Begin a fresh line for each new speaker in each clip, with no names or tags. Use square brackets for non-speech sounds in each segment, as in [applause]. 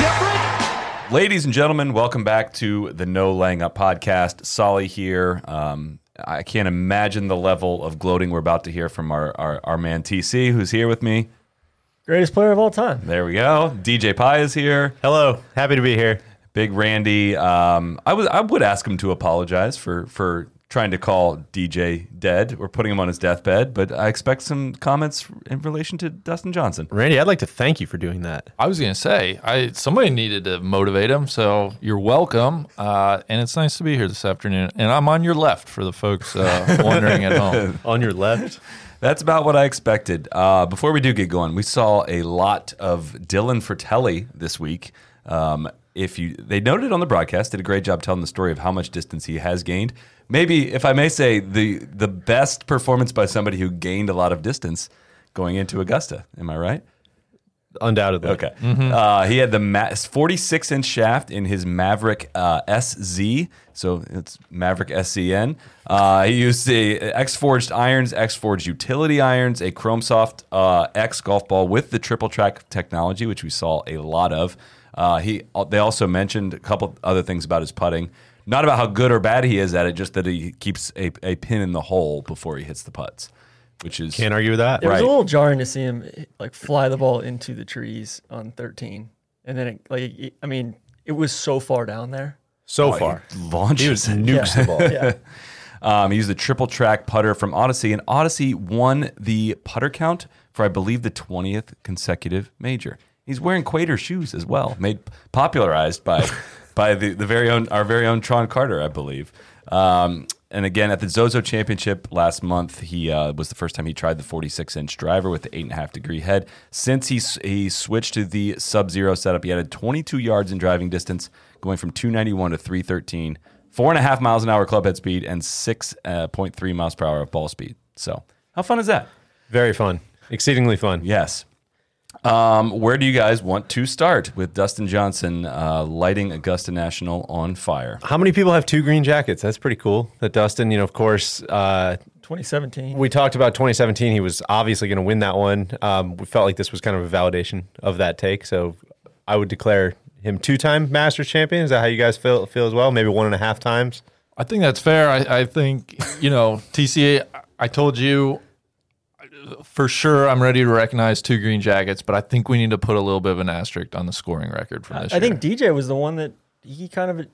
different?
Ladies and gentlemen, welcome back to the No Laying Up podcast. Solly here. Um, I can't imagine the level of gloating we're about to hear from our, our, our man TC, who's here with me.
Greatest player of all time.
There we go. DJ Pie is here.
Hello, happy to be here.
Big Randy. Um, I was I would ask him to apologize for for trying to call DJ dead or putting him on his deathbed, but I expect some comments in relation to Dustin Johnson.
Randy, I'd like to thank you for doing that.
I was gonna say, I somebody needed to motivate him, so you're welcome. Uh, and it's nice to be here this afternoon. And I'm on your left for the folks uh, wondering at home.
On your left,
That's about what I expected. Uh, before we do get going, we saw a lot of Dylan Fratelli this week. Um, if you, they noted on the broadcast, did a great job telling the story of how much distance he has gained. Maybe, if I may say, the the best performance by somebody who gained a lot of distance going into Augusta. Am I right?
undoubtedly.
Okay. Uh, he had the ma- 46 inch shaft in his Maverick uh, SZ. So it's Maverick SCN. Uh, he used the X Forged irons, X Forged utility irons, a Chrome Soft uh, X golf ball with the triple track technology, which we saw a lot of. Uh, he they also mentioned a couple other things about his putting, not about how good or bad he is at it, just that he keeps a, a pin in the hole before he hits the putts, which is
Can't argue with that.
It was
Right.
a little jarring to see him like fly the ball into the trees on 13, and then it, like it- I mean, it was so far down there.
So far,
launches
Oh, he was nukes the ball.
Yeah,
Um, he used the triple track putter from Odyssey, and Odyssey won the putter count for, I believe, the 20th consecutive major. He's wearing Quater shoes as well, made popularized by by the, the very own our very own Tron Carter, I believe. Um, and again, at the Zozo Championship last month, he uh, was the first time he tried the 46 inch driver with the eight and a half degree head. Since he s- he switched to the Sub Zero setup, he added 22 yards in driving distance, going from 291 to 313 four and a half miles an hour club head speed and six uh, point three miles per hour of ball speed. So how fun is that?
[laughs] Very fun, exceedingly fun.
Yes. Um, where do you guys want to start with Dustin Johnson uh, lighting Augusta National on fire?
How many people have two green jackets? That's pretty cool. That Dustin, you know, of course, uh,
2017.
we talked about 2017. He was obviously going to win that one. Um, we felt like this was kind of a validation of that take. So I would declare him two-time Masters champion. Is that how you guys feel feel as well? Maybe one and a half times.
I think that's fair. I, I think you know TCA. I- I told you for sure I'm ready to recognize two green jackets, but I think we need to put a little bit of an asterisk on the scoring record from this
I
year.
think DJ was the one that he kind of,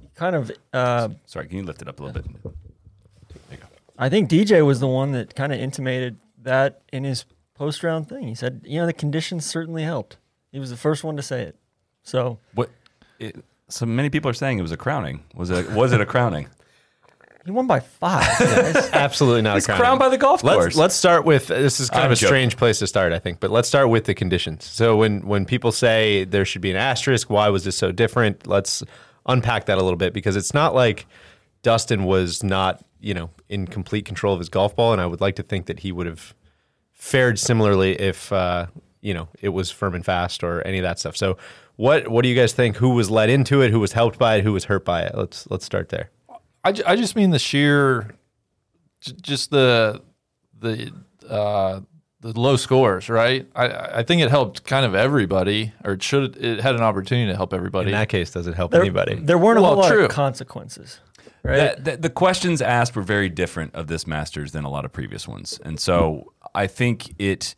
he kind of. Uh,
Sorry, can you lift it up a little bit?
I think DJ was the one that kind of intimated that in his post round thing. He said, you know, the conditions certainly helped. He was the first one to say it. So
What? It, so many people are saying it was a crowning. Was it? Was it a crowning?
he won by five.
[laughs]
guys.
Absolutely not. a crown.
crowned by the golf
let's,
course.
Let's start with this is kind
I'm
of a
joking.
strange place to start, I think, but let's start with the conditions. So when when people say there should be an asterisk, why was this so different? Let's unpack that a little bit because it's not like Dustin was not you know in complete control of his golf ball, and I would like to think that he would have fared similarly if uh, you know it was firm and fast or any of that stuff. So. What, what do you guys think? Who was led into it? Who was helped by it? Who was hurt by it? Let's let's start there.
I, ju- I just mean the sheer, j- just the the uh, the low scores, right? I- I I think it helped kind of everybody, or it should it had an opportunity to help everybody.
In that case, does it help
there,
anybody?
there weren't a
Well,
whole lot
true.
of consequences. Right?
That- that- the questions asked were very different of this Masters than a lot of previous ones, and so I think it,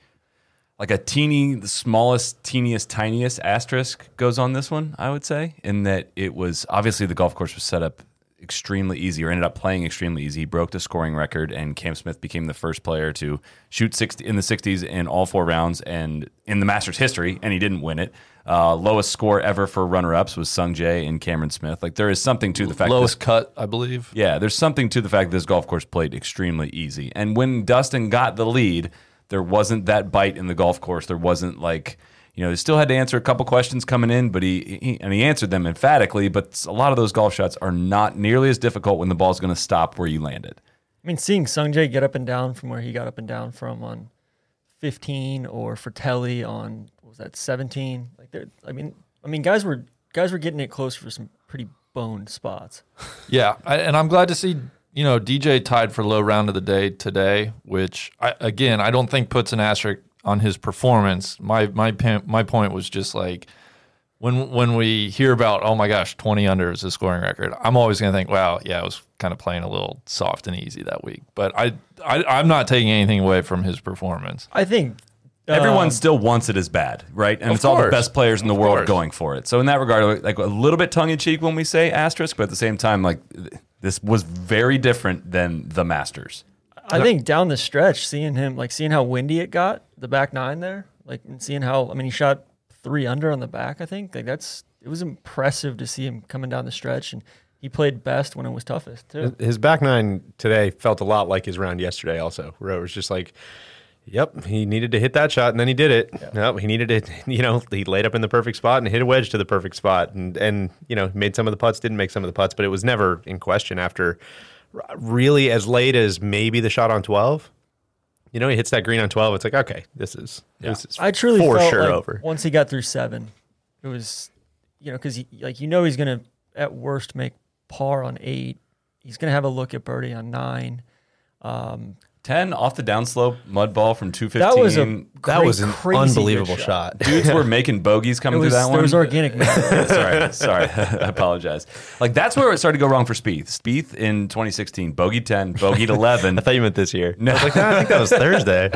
like a teeny, the smallest, teeniest, tiniest asterisk goes on this one. I would say in that it was obviously the golf course was set up extremely easy, or ended up playing extremely easy. He broke the scoring record, and Cam Smith became the first player to shoot 60 in the 60s in all four rounds and in the Masters history, and he didn't win it. Uh, lowest score ever for runner-ups was Sung Jae and Cameron Smith. Like there is something to the fact this-
Lowest cut, I believe.
yeah, there's something to the fact that this golf course played extremely easy. And when Dustin got the lead, there wasn't that bite in the golf course. There wasn't like, You know, they still had to answer a couple questions coming in, but he, he and he answered them emphatically. But a lot of those golf shots are not nearly as difficult when the ball's going to stop where you land it.
I mean, seeing Sungjae get up and down from where he got up and down from on 15 or Fratelli on what was that 17? Like there I mean, I mean guys were guys were getting it close for some pretty boned spots.
Yeah, I, and I'm glad to see you know DJ tied for low round of the day today, which I, again I don't think puts an asterisk on his performance. My my pin- my point was just like when when we hear about oh my gosh 20 under is the scoring record, I'm always gonna think wow yeah I was kind of playing a little soft and easy that week, but I, I I'm not taking anything away from his performance.
I think uh,
Everyone still wants it as bad, right? And
Um, Of
it's all the
course.
best players in the world
course.
going for it. So in that regard, like a little bit tongue in cheek when we say asterisk, but at the same time, like this was very different than the Masters.
um, I think down the stretch, seeing him like seeing how windy it got, the back nine there, like and seeing how I mean he shot three under on the back. I think like that's it was impressive to see him coming down the stretch, and he played best when it was toughest too.
His back nine today felt a lot like his round yesterday, also, where it was just like, yep, he needed to hit that shot and then he did it. Yep, he needed to, [laughs] you know, he laid up in the perfect spot and hit a wedge to the perfect spot and, and, you know, made some of the putts, didn't make some of the putts, but it was never in question after r- really as late as maybe the shot on 12. You know, he hits that green on 12. It's like, okay, this is, this is
I truly
for
felt
sure
like
over.
once he got through seven, it was you know because like you know he's gonna at worst make par on eight. He's gonna have a look at birdie on nine.
10 off the downslope, mud ball from 215.
That was a
That
great,
was an
crazy good
unbelievable
shot.
shot. [laughs]
Dudes were making bogeys
[laughs] It
coming
was,
through that
there
one.
was organic.
[laughs]
matter.
sorry, sorry. [laughs] I apologize. Like that's where it started to go wrong for Spieth. Spieth in 2016, bogey 10,
[laughs]
bogeyed 11,
I thought you meant this year. No. I was like, "Nah, I think that was Thursday.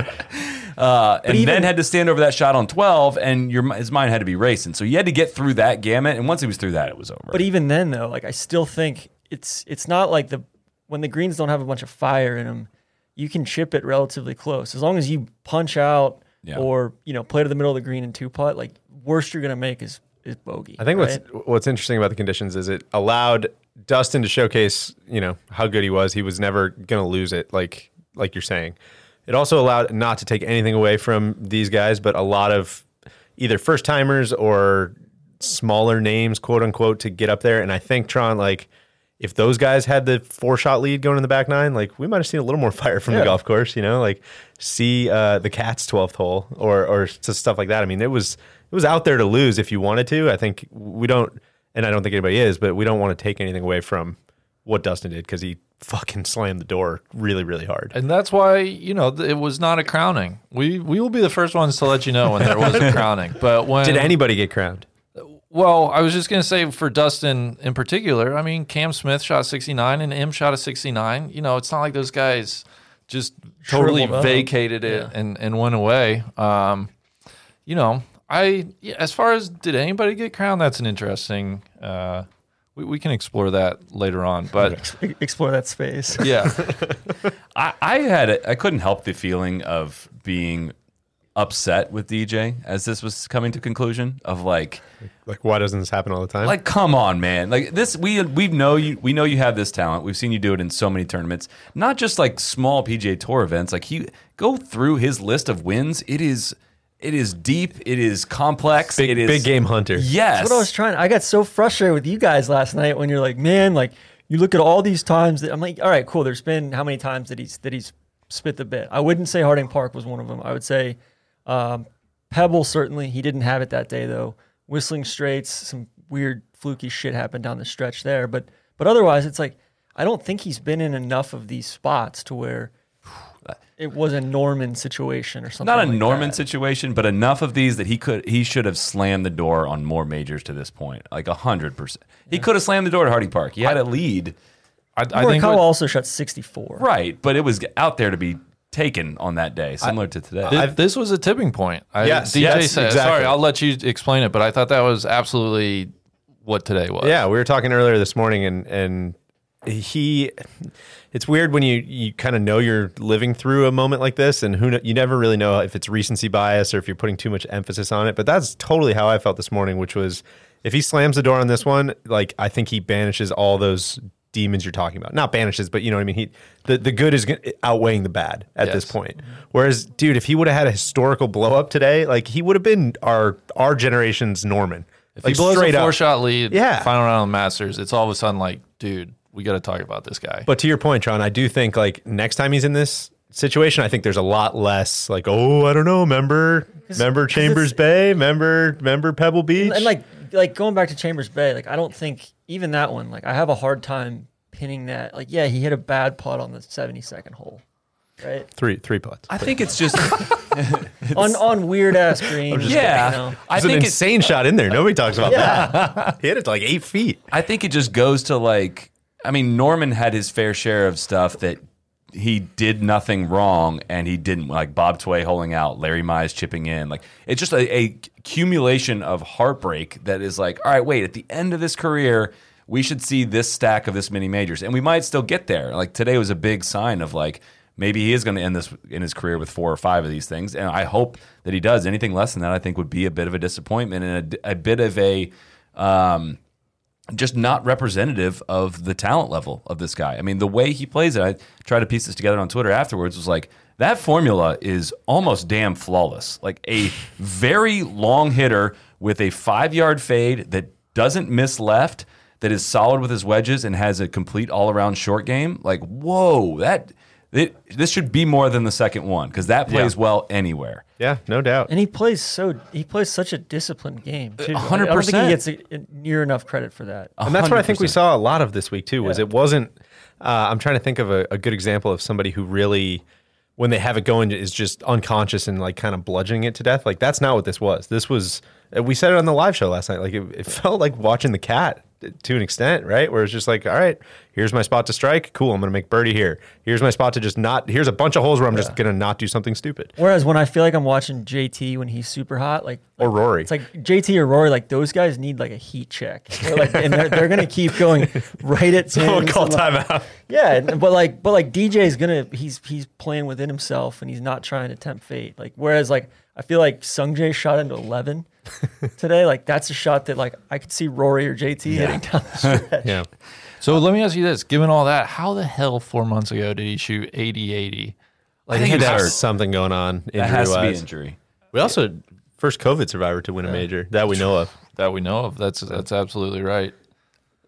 uh, and then had to stand over that shot on 12, and your mi- his mind had to be racing. So you had to get through that gamut, and once he was through that, it was over.
[laughs] But even then, though, like I still think it's it's not like the when the greens don't have a bunch of fire in them, you can chip it relatively close as long as you punch out
Yeah.
or you know play to the middle of the green and two putt. Like worst you're gonna make is is bogey.
I think
right?
what's what's interesting about the conditions is it allowed Dustin to showcase, you know, how good he was. He was never going to lose it, like like you're saying. It also allowed not to take anything away from these guys, but a lot of either first timers or smaller names, quote unquote, to get up there. And I think Tron, like, if those guys had the four shot lead going in the back nine, like we might have seen a little more [laughs] fire from the golf course, you know, like see uh, the Cats 12th hole or or s- stuff like that. I mean, it was it was out there to lose if you wanted to. I think we don't, and I don't think anybody is, but we don't want to take anything away from what Dustin did because he fucking slammed the door really really hard.
And that's why you know th- it was not a crowning. We we will be the first ones to let you know when there was a crowning. But when
Did anybody get crowned?
Well, I was just gonna say for Dustin in particular. I mean, Cam Smith shot 69 and M shot a 69. You know, it's not like those guys just totally
Shriveled up.
vacated it and and went away. Um, you know, I yeah, as far as did anybody get crowned? That's an interesting. Uh, we, we can explore that later on, but
E- [laughs] explore that space.
[laughs]
yeah,
I, I had it. I couldn't help the feeling of being upset with DJ as this was coming to conclusion of like
Like, why doesn't this happen all the time?
like come on man like this we we know you we know you have this talent we've seen you do it in so many tournaments not just like small PGA tour events like he go through his list of wins it is it is deep it is complex
big
it is
big game hunter.
yes
That's what I was trying. I got so frustrated with you guys last night when you're like, man, like you look at all these times that I'm like, all right, cool. There's been how many times that he's that he's spit the bit. I wouldn't say Harding Park was one of them. I would say um, Pebble certainly. He didn't have it that day though. Whistling Straits, some weird fluky shit happened down the stretch there, but but otherwise, it's like I don't think he's been in enough of these spots to where. It was a Norman situation or something.
not a
like
Norman
that.
situation, but enough of these that he could he should have slammed the door on more majors to this point, like hundred percent. He could have slammed the door at Harding Park. He had a lead,
I, I think
Morikawa
what-
also shot 64.
right? But it was out there to be taken on that day, similar to today.
Th- this was a tipping point. I,
Yes,
DJ
yes,
said,
exactly.
sorry, I'll let you explain it, but I thought that was absolutely what today was.
Yeah, we were talking earlier this morning, and and he, it's weird when you you kind of know you're living through a moment like this, and who kn- you never really know if it's recency bias or if you're putting too much emphasis on it. But that's totally how I felt this morning, which was if he slams the door on this one, like I think he banishes all those demons you're talking about. Not banishes, but you know what I mean. He the, the good is gonna- outweighing the bad at this
Yes.
point. Whereas, dude, if he would have had a historical blow up today, like he would have been our our generation's Norman.
If
like
he blows a four shot lead,
Yeah.
final round of the Masters, it's all of a sudden like, dude, we got to talk about this guy.
But to your point, Tron, I do think like next time he's in this situation, I think there's a lot less like, oh, I don't know, member, member Chambers Bay, member, member Pebble Beach,
And, and, like like going back to Chambers Bay, like I don't think even that one, like I have a hard time pinning that. Like yeah, he hit a bad putt on the 72nd hole.
[laughs]
Right?
three three putts.
I think it's [laughs] just
on on weird ass greens.
yeah.
You know?
I
It's an
think it's
insane shot in there. Nobody talks about that. [laughs] he hit it to, like eight feet.
I think it just goes to like, I mean, Norman had his fair share of stuff that he did nothing wrong and he didn't like Bob Tway holding out, Larry Mize chipping in. Like, it's just a, a accumulation of heartbreak that is like, all right, wait, at the end of this career, we should see this stack of this many majors and we might still get there. Like, today was a big sign of like, Maybe he is going to end this in his career with four or five of these things, and I hope that he does. Anything less than that, I think, would be a bit of a disappointment and a, a bit of a um, just not representative of the talent level of this guy. I mean, the way he plays it, I tried to piece this together on Twitter afterwards, was like, that formula is almost damn flawless. Like a [laughs] very long hitter with a five yard fade that doesn't miss left, that is solid with his wedges and has a complete all around short game. Like, whoa, that. It, this should be more than the second one because that plays well anywhere.
Yeah, no doubt.
And he plays so he plays such a disciplined game. too. I- I don't think
100%.
he gets a, a- near enough credit for that.
And that's what I think we
100%.
saw a lot of this week too. Was it wasn't? Uh, I'm trying to think of a, a good example of somebody who really, when they have it going, is just unconscious and like kind of bludgeoning it to death. Like that's not what this was. This was. uh, We said it on the live show last night. Like it, [laughs] it felt like watching the cat uh, to an extent, right? Where it's just like, all right, here's my spot to strike. Cool, I'm gonna make birdie here. Here's my spot to just not. Here's a bunch of holes where I'm just gonna not do something stupid.
Whereas when I feel like I'm watching JT when he's super hot, like
Or Rory.
it's like JT or Rory, like those guys need like a heat check. They're like, and they're, they're gonna
[laughs]
keep going right at ten.
oh, call
something like-
timeout.
Yeah, and- but like, but like DJ is gonna he's he's playing within himself and he's not trying to tempt fate. Like whereas like I feel like Sungjae shot
[laughs]
into eleven today. Like that's a shot that like I could see Rory or JT hitting down the stretch.
Yeah.
So let me ask you this: Given all that, how the hell four months ago did he shoot 80-80? Like
think
he
it's
had-
There's
hurt.
something going on.
That has to be
injury-wise.
injury.
We also first COVID survivor to win a major that we know of.
that we know of. That's that's absolutely right.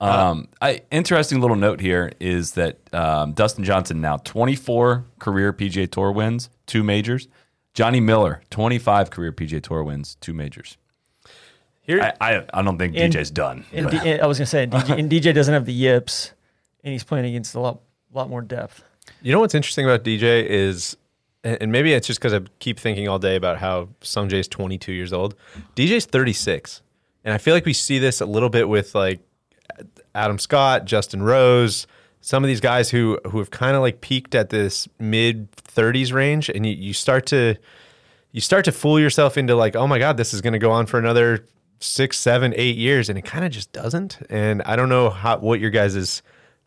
Um, I, interesting little note here is that um, Dustin Johnson now 24 career PGA Tour wins, two majors. Johnny Miller 25 career PGA Tour wins, two majors.
Here,
I I, I don't think
And-
DJ's done.
And
but-
D- and I was gonna say, and DJ, and DJ doesn't have the yips, and he's playing against a lot lot more depth.
you know what's interesting about DJ is, and and maybe it's just because I keep thinking all day about how Sungjae's 22 years old. DJ's 36, and I feel like we see this a little bit with like Adam Scott, Justin Rose, some of these guys who who have kind of like peaked at this mid 30s range, and you, you start to you start to fool yourself into like, oh my god, this is going to go on for another six, seven, eight years, and it kind of just doesn't. And I don't know how what your guys'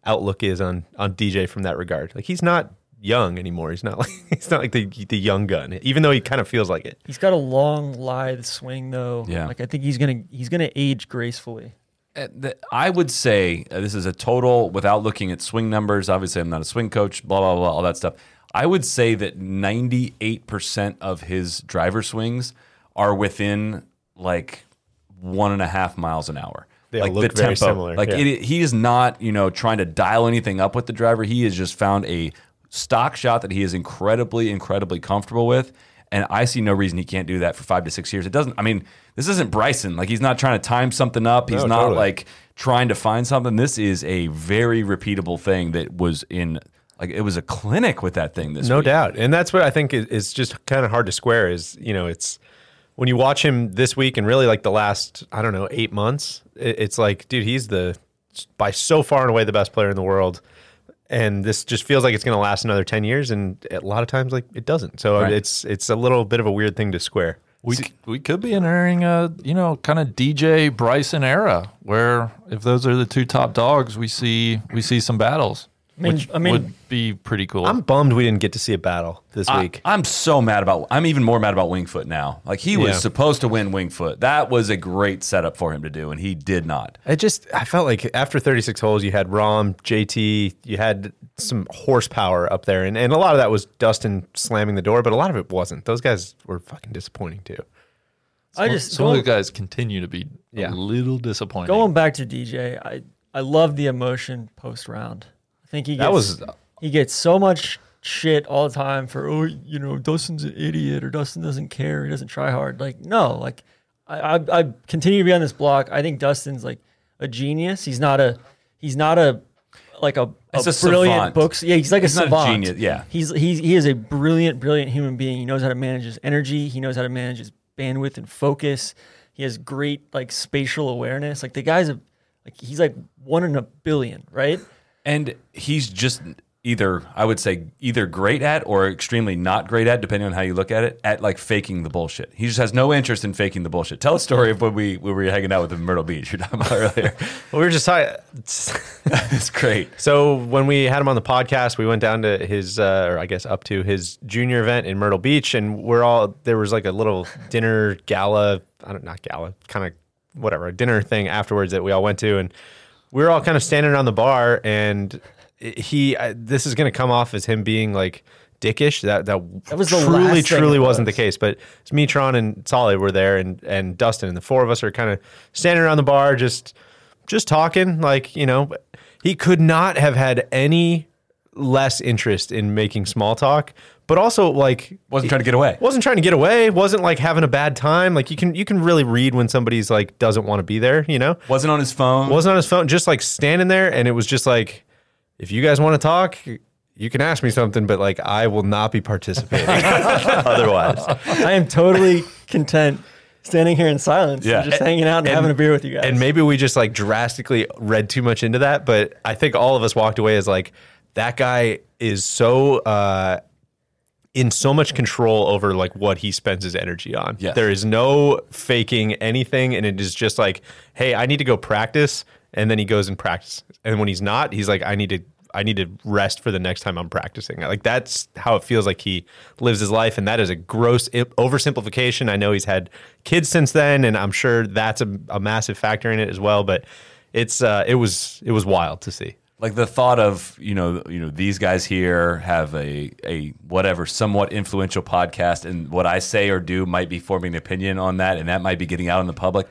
outlook is on on DJ from that regard. Like he's not young anymore. He's not [laughs] like he's not like the the young gun, even though he kind of feels like it.
He's got a long, lithe swing though.
Yeah.
Like I think he's gonna he's gonna age gracefully.
Uh, the- I would say uh, this is a total without looking at swing numbers. Obviously, I'm not a swing coach, blah, blah, blah, all that stuff. I would say that 98% of his driver swings are within like one and a half miles an hour.
They all
like
look very similar,
Like
yeah.
it, he is not, you know, trying to dial anything up with the driver. He has just found a stock shot that he is incredibly, incredibly comfortable with. And I see no reason he can't do that for five to six years. It doesn't, I mean, this isn't Bryson. Like he's not trying to time something up. He's
No,
not
totally.
like, like trying to find something. This is a very repeatable thing that was in like it was a clinic with that thing this
no
week.
doubt and that's what i think is, is just kind of hard to square is you know it's when you watch him this week and really like the last i don't know eight months it, it's like dude he's the by so far and away the best player in the world and this just feels like it's going to last another 10 years and a lot of times like it doesn't so
Right.
it's it's a little bit of a weird thing to square
We c- we could be entering a you know kind of DJ Bryson era where if those are the two top dogs, we see we see some battles.
I mean,
which
I mean,
would be pretty cool.
I'm bummed we didn't get to see a battle this
I,
week.
I'm so mad about. I'm even more mad about Wingfoot now. Like he was
Yeah.
supposed to win Wingfoot. That was a great setup for him to do, and he did not.
I just I felt like after 36 holes, you had Rom, JT, you had some horsepower up there, and, and a lot of that was Dustin slamming the door, but a lot of it wasn't. Those guys were fucking disappointing too.
I just
some
going,
of the guys continue to be
Yeah.
a little disappointing.
going back to DJ. I I love the emotion post round. I think he gets,
That was
he gets so much shit all the time for oh you know Dustin's an idiot or Dustin doesn't care he doesn't try hard like no like I, I I continue to be on this block I think Dustin's like a genius he's not a he's not a like a, a
It's a
brilliant
savant.
books yeah he's like
He's
a
not a
savant
genius, yeah.
he's he's he is a brilliant brilliant human being he knows how to manage his energy he knows how to manage his bandwidth and focus he has great like spatial awareness like the guy's a like he's like one in a billion right
And he's just either I would say either great at or extremely not great at, depending on how you look at it, at like faking the bullshit. He just has no interest in faking the bullshit. Tell a story of when we when we were hanging out with him in Myrtle Beach you're talking about earlier. [laughs]
well, we were just talking.
it's great.
So when we had him on the podcast, we went down to his, uh, or I guess up to his junior event in Myrtle Beach, and we're all there was like a little dinner gala, I don't not gala, kind of whatever, a dinner thing afterwards that we all went to, and we were all kind of standing around the bar, and he, I, this is going to come off as him being like dickish. That that,
That was the
truly
last thing
truly
it
wasn't the
was.
case case, but it's me, Tron, and Solly were there, and and Dustin, and the four of us are kind of standing around the bar, just just talking, like you know, he could not have had any less interest in making small talk, but also like
Wasn't trying to get away.
wasn't trying to get away, wasn't like having a bad time, like you can you can really read when somebody's like doesn't want to be there, you know,
Wasn't on his phone.
wasn't on his phone, just like standing there, and it was just like, if you guys want to talk. You can ask me something, but like I will not be participating otherwise.
I
[laughs]
am totally content standing here in silence
Yeah.
and just hanging out and, having a beer with you guys.
And maybe we just like drastically read too much into that, but I think all of us walked away as like that guy is so uh in so much control over like what he spends his energy on.
Yes.
There is no faking anything and it is just like, "Hey, I need to go practice." And then he goes and practice. And when he's not, he's like, "I need to I need to rest for the next time I'm practicing." Like that's how it feels like he lives his life and that is a gross i- oversimplification. I know he's had kids since then and I'm sure that's a, a massive factor in it as well, but it's uh it was it was wild to see.
like the thought of you know you know these guys here have a a whatever somewhat influential podcast and what I say or do might be forming an opinion on that and that might be getting out in the public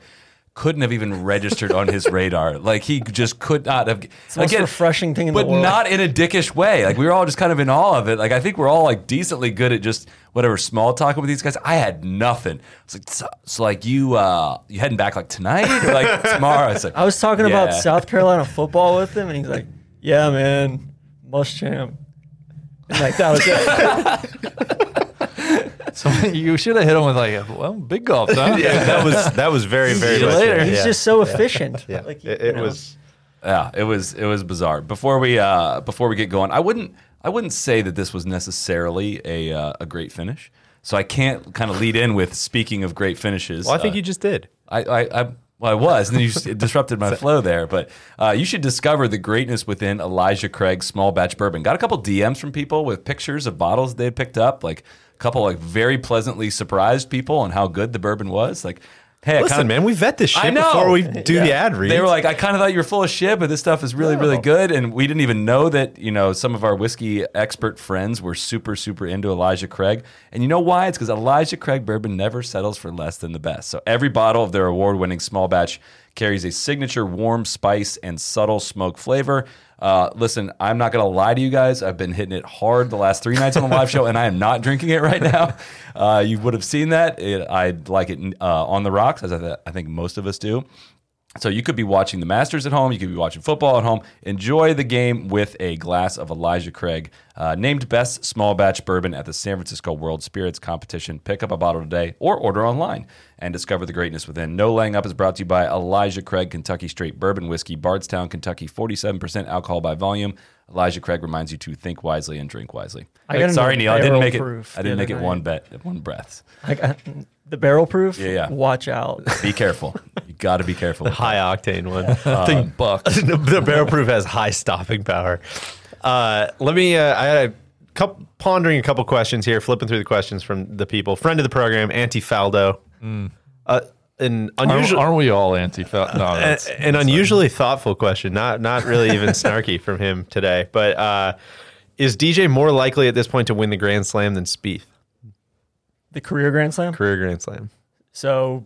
couldn't have even registered on his radar [laughs] like he just could not have it's
the most refreshing thing in the
but
world.
not in a dickish way like we were all just kind of in awe of it like I think we're all like decently good at just whatever small talking with these guys I had nothing it's like so, so like you uh you heading back like tonight or like [laughs] tomorrow it's like
I was talking about
yeah.
South
[laughs]
Carolina football with him, and he's like, "Yeah, man, must champ." And like that
[laughs]
was it.
[laughs] So you should have hit him with like, a, well, big golf, huh?
that was
[laughs]
that was very very
you
much
later.
it.
He's
Yeah.
just so efficient.
Yeah.
Like,
it,
you
it
know.
was
Yeah, it was it was bizarre. Before we uh, before we get going, I wouldn't I wouldn't say that this was necessarily a uh, a great finish. So I can't kind of lead in with speaking of great finishes.
Well, I think
uh,
you just did.
I, I, I, well, I was, and then you s- disrupted
[laughs]
my flow there. But uh, you should discover the greatness within Elijah Craig's small batch bourbon. Got a couple DMs from people with pictures of bottles they had picked up, like a couple like very pleasantly surprised people on how good the bourbon was. Like, hey, I
Listen,
kinda,
man, we vet this
I
shit
know.
before we do the ad read.
They were like, I kind of thought you were full of shit, but this stuff is really, really good. And we didn't even know that, you know, some of our whiskey expert friends were super, super into Elijah Craig. And you know why? It's because Elijah Craig bourbon never settles for less than the best. So every bottle of their award winning small batch carries a signature warm spice and subtle smoke flavor. Uh, listen, I'm not going to lie to you guys. I've been hitting it hard the last three nights on the live show, and I am not drinking it right now. [laughs] Uh, you would have seen that. It, I like it uh, on the rocks, as I, th- I think most of us do. So you could be watching the Masters at home. You could be watching football at home. Enjoy the game with a glass of Elijah Craig, uh, named best small batch bourbon at the San Francisco World Spirits Competition. Pick up a bottle today or order online and discover the greatness within. No Laying Up is brought to you by Elijah Craig Kentucky Straight Bourbon Whiskey, Bardstown, Kentucky, 47% alcohol by volume. Elijah Craig reminds you to think wisely and drink wisely.
I got
Sorry,
another
Neil, I didn't
barrel
make it.
proof
I didn't
the
make it
other
one bet, one breath.
Like, uh, the barrel proof.
Yeah, yeah.
Watch out.
[laughs]
Be careful. you got to be
[laughs]
careful.
high octane one. [laughs]
Think buck.
the barrel proof has high stopping power. Uh, let me. Uh, I had a couple pondering a couple questions here, flipping through the questions from the people. Friend of the program, Anti Faldo. Uh, an
Aren't,
unusual.
aren't we all anti? No,
[laughs]
that's,
an unusually thoughtful question, not not really even snarky from him today. But uh, is DJ more likely at this point to win the Grand Slam than Spieth?
The career Grand Slam.
Career Grand Slam.
So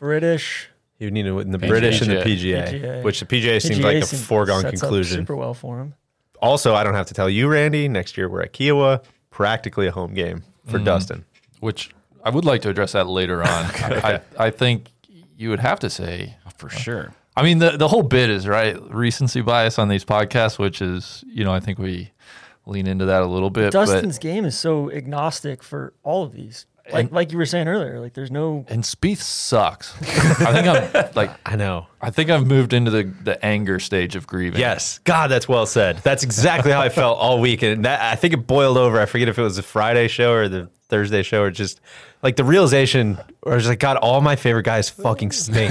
British
He would need to win the British and the PGA,
PGA.
which the PGA seems
PGA
like a
seem-
foregone
sets up
conclusion.
Super well for him.
Also, I don't have to tell you, Randy. Next year we're at Kiowa, practically a home game for Dustin.
which I would like to address that later on. I, I think you would have to say
for sure.
I mean, the the whole bit is right recency bias on these podcasts, which is you know I think we lean into that a little bit.
Dustin's game is so agnostic for all of these. Like like you were saying earlier, like there's no
but, and Spieth sucks. I
[laughs]
think I'm like
I know.
I think I've moved into the the anger stage of grieving.
Yes, God, that's well said. That's exactly how I felt all week, and that I think it boiled over. I forget if it was the Friday show or the Thursday show, or just like the realization, or I was like, God, all my favorite guys fucking
[laughs]
stink.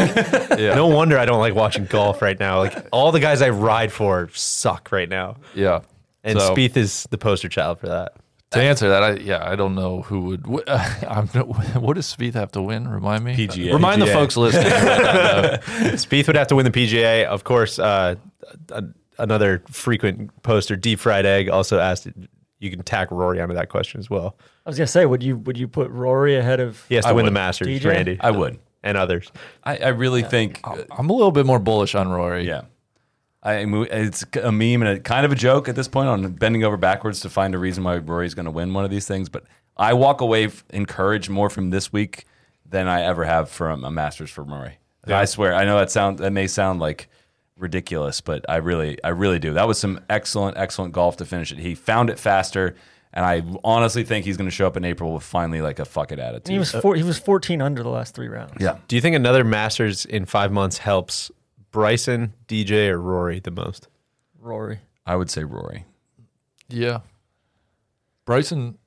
No wonder I don't like watching golf right now. Like all the guys I ride for suck right now,
Yeah.
and
So,
Spieth is the poster child for that.
to answer that, I yeah, I don't know who would. wh- [laughs] I'm no, what does Spieth have to win? Remind me.
PGA.
Remind the
PGA.
folks listening.
[laughs] Spieth would have to win the PGA, of course. Uh, a- another frequent poster, Deep Fried Egg, also asked. You can tack Rory onto that question as well.
I was gonna say, would you would you put Rory ahead of
He has to win the
would.
Masters,
DJ?
Randy,
I would.
and others.
I, I really think.
Oh.
uh,
I'm a little bit more bullish on Rory.
yeah. I, mo- it's a meme and a kind of a joke at this point on bending over backwards to find a reason why Rory's going to win one of these things. But I walk away f- encouraged more from this week than I ever have from a Masters for Murray. I swear. I know that sound that may sound like ridiculous, but I really, I really do. That was some excellent, excellent golf to finish it. He found it faster, and I honestly think he's going to show up in April with finally like a fuck it attitude.
he was four, he was fourteen under the last three rounds.
yeah.
Do you think another Masters in five months helps Bryson, DJ, or Rory the most?
Rory.
I would say Rory.
Yeah. Bryson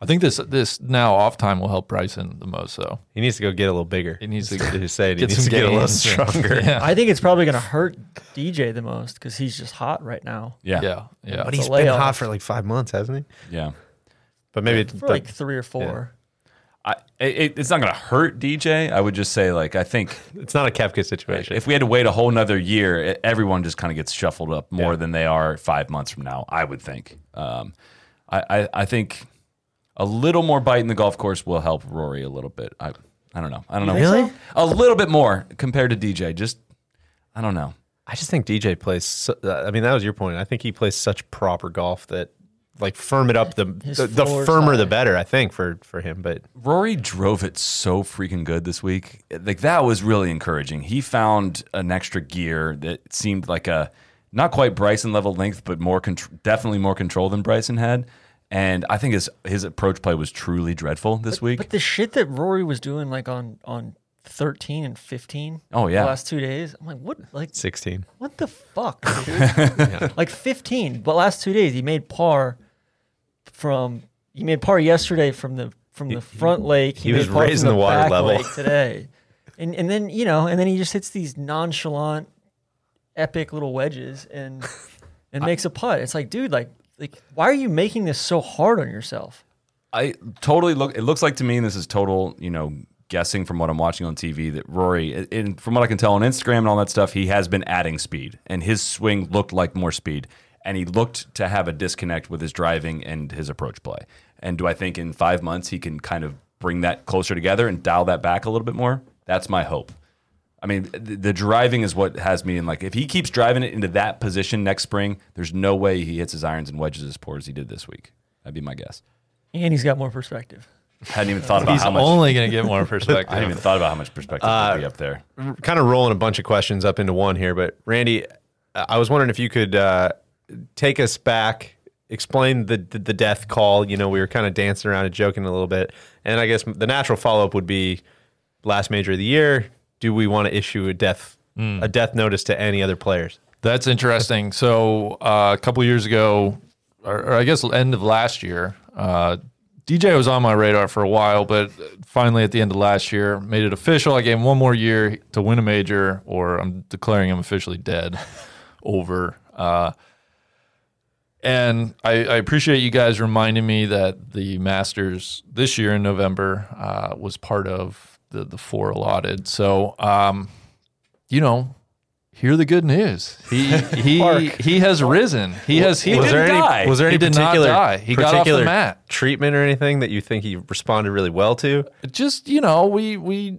I think this this now off time will help Bryson the most though.
He needs to go get a little bigger.
He needs to
He
get,
said he needs
some
to get a little
gains.
stronger.
[laughs] Yeah.
I think it's probably gonna hurt DJ the most because he's just hot right now.
Yeah.
Yeah. Yeah.
[laughs] But
he-
he's
a
been
layoff.
hot for like five months, hasn't he?
Yeah.
But maybe it-
For
but
like three or four.
I, it, it's not going to hurt DJ. I would just say, like, I think
it's not a Kafka situation.
if we had to wait a whole nother year, e- everyone just kind of gets shuffled up more than they are five months from now, I would think. Um, I, I, I think a little more bite in the golf course will help Rory a little bit. I, I don't know. I don't know.
Really?
A little bit more compared to DJ. Just, I don't know.
I just think DJ plays. So, uh, I mean, that was your point. I think he plays such proper golf that, like, firm it up. The the, the
floor's
firmer
high.
the better. I think for for him. But
Rory drove it so freaking good this week. Like that was really encouraging. He found an extra gear that seemed like a not quite Bryson level length, but more contr definitely more control than Bryson had. And I think his his approach play was truly dreadful this week.
But the shit that Rory was doing like on on thirteen and fifteen.
Oh, yeah.
The last two days. I'm like, what like
sixteen.
What
[laughs]
the fuck, dude? Like 15, but last two days he made par from he made par yesterday from the from the front lake.
he was
made par from
raising the water
back
level.
lake today, and and then you know, and then he just hits these nonchalant, epic little wedges and and makes a putt. It's like, dude, like like why are you making this so hard on yourself?
I totally look. It looks like to me, and this is total, you know, guessing from what I'm watching on TV that Rory, and from what I can tell on Instagram and all that stuff, he has been adding speed, and his swing looked like more speed, and he looked to have a disconnect with his driving and his approach play. And do I think in five months he can kind of bring that closer together and dial that back a little bit more? That's my hope. I mean, the, the driving is what has me in. Like, if he keeps driving it into that position next spring, there's no way he hits his irons and wedges as poor as he did this week. That'd be my guess.
And he's got more perspective.
Hadn't even thought about
He's
how much.
only going to get
[laughs]
more
I hadn't
perspective.
even thought about how much perspective would be
Uh,
up there.
kind of rolling a bunch of questions up into one here, but Randy, I I was wondering if you could uh, take us back, explain the, the the death call. You know, we were kind of dancing around and joking a little bit, and I guess the natural follow up would be last major of the year. Do we want to issue a death a death notice to any other players?
That's interesting. So uh, a couple years ago, or, or I guess end of last year, uh, DJ was on my radar for a while, but finally at the end of last year, made it official. I gave him one more year to win a major, or I'm declaring him officially dead. Over. Uh, And I, I appreciate you guys reminding me that the Masters this year in November uh, was part of the, the four allotted. So, um, you know, hear the good news. He he he has risen. He has healed.
didn't
there
die.
any was there
He
any
did not
particular
die. He got off the
particular
mat.
treatment or anything that you think he responded really well to?
just you know we we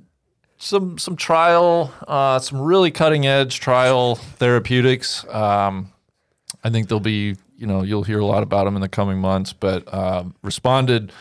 some some trial uh some really cutting edge trial therapeutics um i think they'll be you know you'll hear a lot about them in the coming months but um responded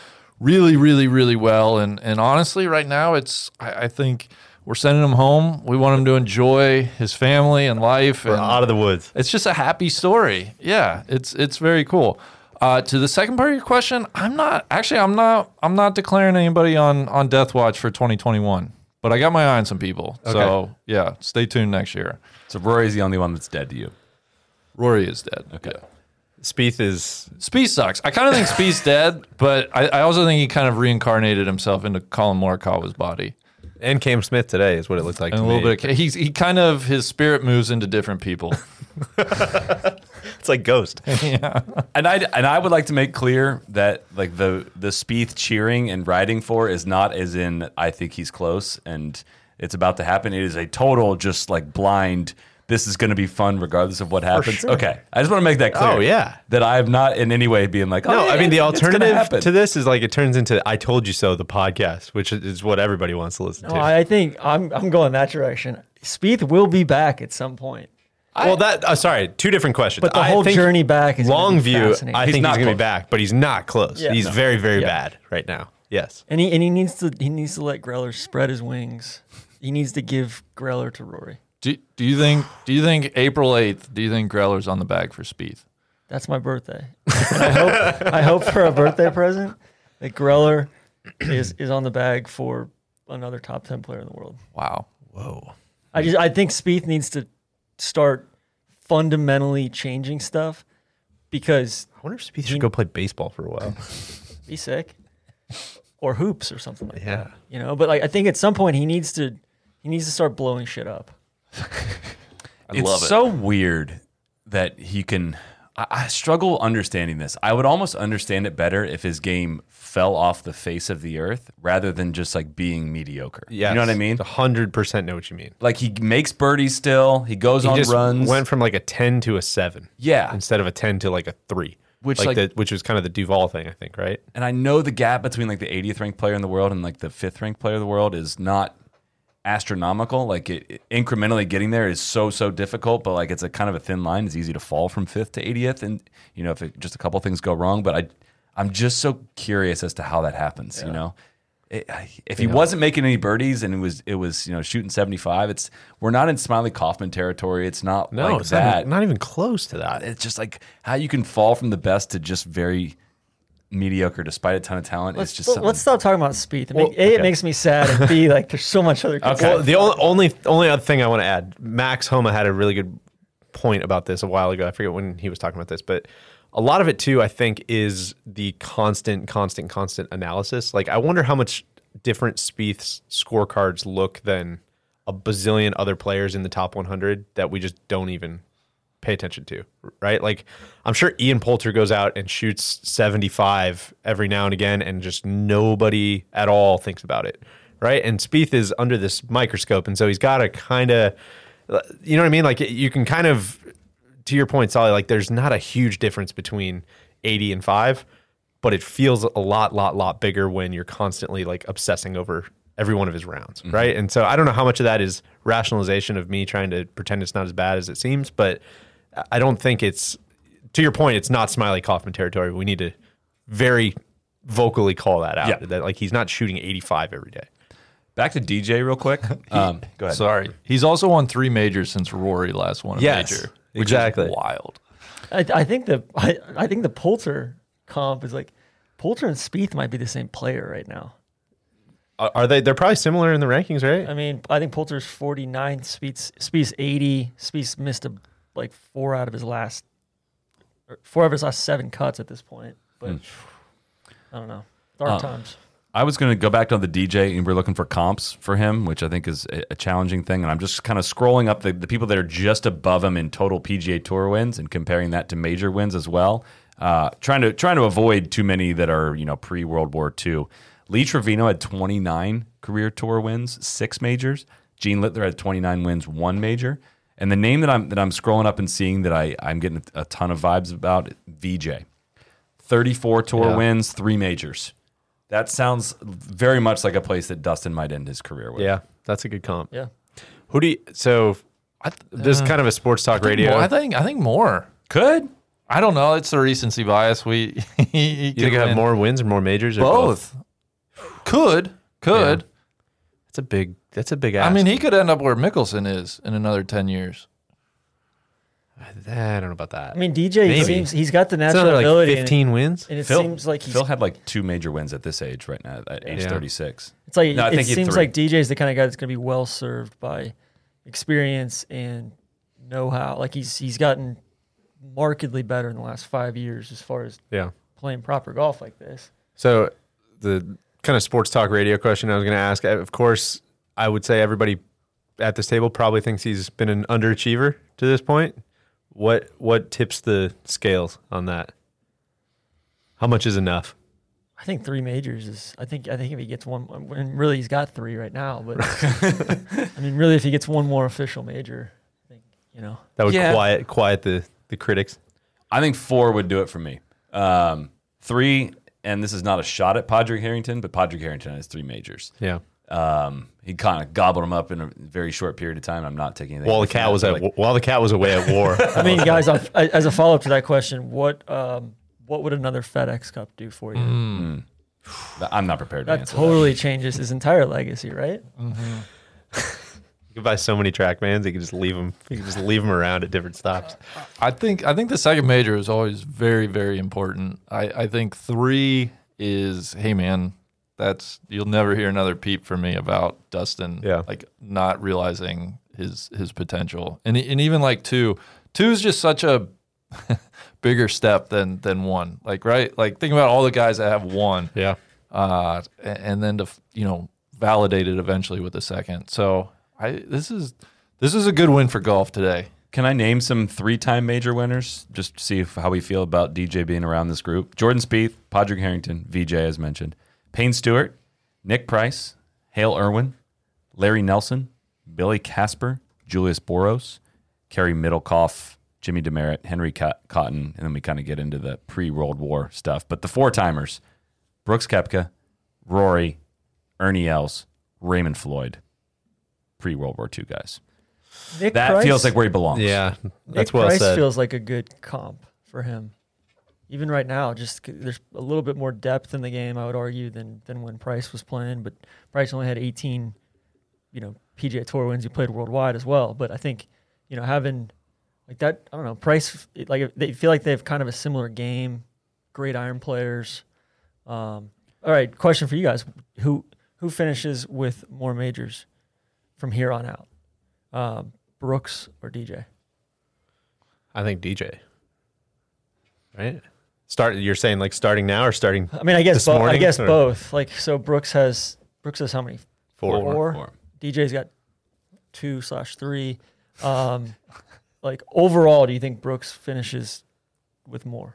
really really really well and and honestly right now it's i, I think we're sending him home we want him to enjoy his family and life and
Out of the woods.
it's just a happy story. Yeah, it's it's very cool. Uh, to the second part of your question, I'm not actually I'm not I'm not declaring anybody on on death watch for 2021, but I got my eye on some people. So yeah, stay tuned next year.
So Rory's the only one that's dead to you.
Rory is dead. Okay.
Spieth is
Spieth sucks. I kind of think Spieth's [laughs] dead, but I, I also think he kind of reincarnated himself into Colin Morikawa's body.
and Cam Smith today is what it looked like.
And
to
a little
me.
bit of he's he kind of his spirit moves into different people.
It's like Ghost.
And I and I would like to make clear that like the the Spieth cheering and riding for is not as in I think he's close and it's about to happen. It is a total just like blind. This is going to be fun regardless of what happens.
sure.
Okay, I just want to make that clear.
Oh, yeah.
that I am not in any way being like. Oh,
No,
yeah,
I mean the
it's gonna happen.
alternative to this is like it turns into "I told you so" the podcast, which is what everybody wants to listen to.
No, I I think I'm I'm going that direction. Spieth will be back at some point,
well, that uh, sorry, two different questions.
but the
I
whole
think
journey back is gonna
long
be
view.
fascinating.
I
He's
think
not
he's going to
close.
be back, but he's not close.
Yeah.
he's
No.
very, very
Yeah.
bad right now. Yes.
and he and he needs to he needs to let Greller spread his wings. He needs to give Greller to Rory.
do, do you think do you think April 8th, do you think Greller's on the bag for Spieth?
That's my birthday. And I hope I hope for a birthday present that Greller is is on the bag for another top ten player in the world.
Wow.
I just I think Spieth needs to start fundamentally changing stuff because
I wonder if Spieth should go play baseball for a while.
be sick or hoops or something like
Yeah.
that. You know, but like I think at some point he needs to he needs to start blowing shit up.
it's
love it.
so weird that he can. I, I struggle understanding this. I would almost understand it better if his game fell off the face of the earth rather than just like being mediocre.
Yeah,
you know what I mean.
hundred percent know what you mean.
Like he makes birdies still. He goes
He
on
just
runs.
went from like a ten to a seven.
Yeah.
instead of a ten to like a three,
Which,
which like,
like-
the, which was kind of the Duval thing, I think, right?
and I know the gap between like the 80th ranked player in the world and like the fifth ranked player in the world is not astronomical. Like it, it- incrementally getting there is so so difficult, but like it's a kind of a thin line. It's easy to fall from fifth to 80th, and you know if it, just a couple things go wrong. But I, I'm just so curious as to how that happens. You know. It, I- if he wasn't making any birdies and it was it was you know shooting seventy five, it's we're not in Smiley Kaufman territory. It's not
No,
like
it's not-
that
Not, even close to that.
it's just like how you can fall from the best to just very mediocre despite a ton of talent
Let's
is just
let-
something.
let's stop talking about Spieth. It make- A, it makes me sad, and B, like there's so much other.
Okay.
Well, the only, only only other thing I want to add, Max Homa had a really good point about this a while ago. I forget when he was talking about this, but a lot of it too, I think, is the constant, constant, constant analysis. Like, I wonder how much different Spieth's scorecards look than a bazillion other players in the top 100 that we just don't even pay attention to, right? Like, I'm sure Ian Poulter goes out and shoots 75 every now and again, and just nobody at all thinks about it, right? And Spieth is under this microscope, and so he's got to kind of, you know what I mean? Like, you can kind of, to your point, Solly, like, there's not a huge difference between 80 and five, but it feels a lot, lot, lot bigger when you're constantly like obsessing over. Every one of his rounds, right? And so I don't know how much of that is rationalization of me trying to pretend it's not as bad as it seems, but I don't think it's to your point. It's not Smiley Kaufman territory. We need to very vocally call that out.
Yeah.
That like he's not shooting 85 every day.
Back to DJ real quick. Um, go ahead.
Sorry. He's also won three majors since Rory last won a
Yes,
major.
exactly.
Is wild.
I, I think the I, I think the Poulter comp is like Poulter and Spieth might be the same player right now.
Are, are they? They're probably similar in the rankings, right?
I mean, I think Poulter's 49, Spieth's Spieth's 80. Spieth missed a, like four out of his last
Hmm. Uh,
or four of his last seven cuts at this point. But I don't know. Dark times.
I was going to go back to the DJ and we're looking for comps for him, which I think is a, a challenging thing. And I'm just kind of scrolling up the, the people that are just above him in total PGA Tour wins and comparing that to major wins as well. Uh, trying to trying to avoid too many that are you know pre World War II. Lee Trevino had 29 career tour wins, six majors. Gene Littler had 29 wins, one major. And the name that I'm that I'm scrolling up and seeing that I I'm getting a ton of vibes about VJ. 34 tour wins, three majors. That sounds very much like a place that Dustin might end his career with.
Yeah, that's a good comp.
Yeah.
Who do you? So
I th-
this is kind of a sports talk radio.
More, I think I think more.
Could.
I don't know. It's the recency bias. We [laughs] he, he
you think I have more wins or more majors? Or
both. Could could.
That's a big. That's a big.
I
Ask.
mean, he could end up where Mickelson is in another ten years.
Eh, I don't know about that.
I mean, DJ
Maybe.
seems he's got the
it's
natural
another like
ability, and it-
15 wins.
and it
Phil,
seems like he's
Phil had like two major wins at this age right now, at age
Yeah.
36.
It's like
No, I
it
think he had
seems
three.
like DJ's the kind of guy that's going to be well served by experience and know-how. Like he's he's gotten markedly better in the last five years as far as
Yeah.
playing proper golf like this.
So the kind of sports talk radio question I was going to ask, of course, I would say everybody at this table probably thinks he's been an underachiever to this point. What what tips the scales on that? How much is enough?
I think three majors is. I think I think if he gets one, and really he's got three right now.
[laughs]
But I mean, really, if he gets one more official major, I think you know.
That would
Yeah.
quiet quiet the the critics.
I think four would do it for me. Um, three, and this is not a shot at Padraig Harrington, but Padraig Harrington has three majors.
Yeah.
Um, he kind of gobbled them up in a very short period of time. I'm not taking anything.
While the
from
cat
that,
was
but,
at,
like,
while the cat was away at war.
I mean, guys, on, as a follow-up to that question, what um, what would another FedEx Cup do for you?
Mm, I'm not prepared to
That
answer.
totally changes his entire legacy, right?
you could buy so many Trackmans, you could just leave them. You could just leave them around at different stops.
I think I think the second major is always very very important. I I think three is hey man, that's you'll never hear another peep from me about Dustin.
Yeah.
like not realizing his his potential, and and even like two, two is just such a [laughs] bigger step than than one. Like right, like think about all the guys that have one
Yeah.
uh, a- and then to f- you know validate it eventually with a second. So I this is this is a good win for golf today.
Can I name some three-time major winners? Just to see if, how we feel about DJ being around this group. Jordan Spieth, Padraig Harrington, VJ as mentioned, Payne Stewart, Nick Price, Hale Irwin, Larry Nelson, Billy Casper, Julius Boros, Kerry Middlecoff, Jimmy Demerit, Henry Co- Cotton, and then we kind of get into the pre-World War stuff. But the four-timers: Brooks Kepka, Rory, Ernie Els, Raymond Floyd, pre-World War II guys.
Nick
That
Price?
feels like where he belongs.
Yeah. That's
Nick
well
Price
said.
feels like a good comp for him. Even right now, just c- there's a little bit more depth in the game, I would argue, than than when Price was playing. But Price only had 18, you know, PGA Tour wins. He played worldwide as well. But I think, you know, having like that, I don't know, Price, it- like they feel like they have kind of a similar game. Great iron players. Um, all right, question for you guys: Who who finishes with more majors from here on out? Um, Brooks or DJ?
I think DJ. Right? Start you're saying like starting now or starting
I mean, I guess
this
both. I
morning,
guess
or-
both. Like, so Brooks has Brooks has how many?
Four.
Four.
DJ's got two slash three. Um, like overall, do you think Brooks finishes with more?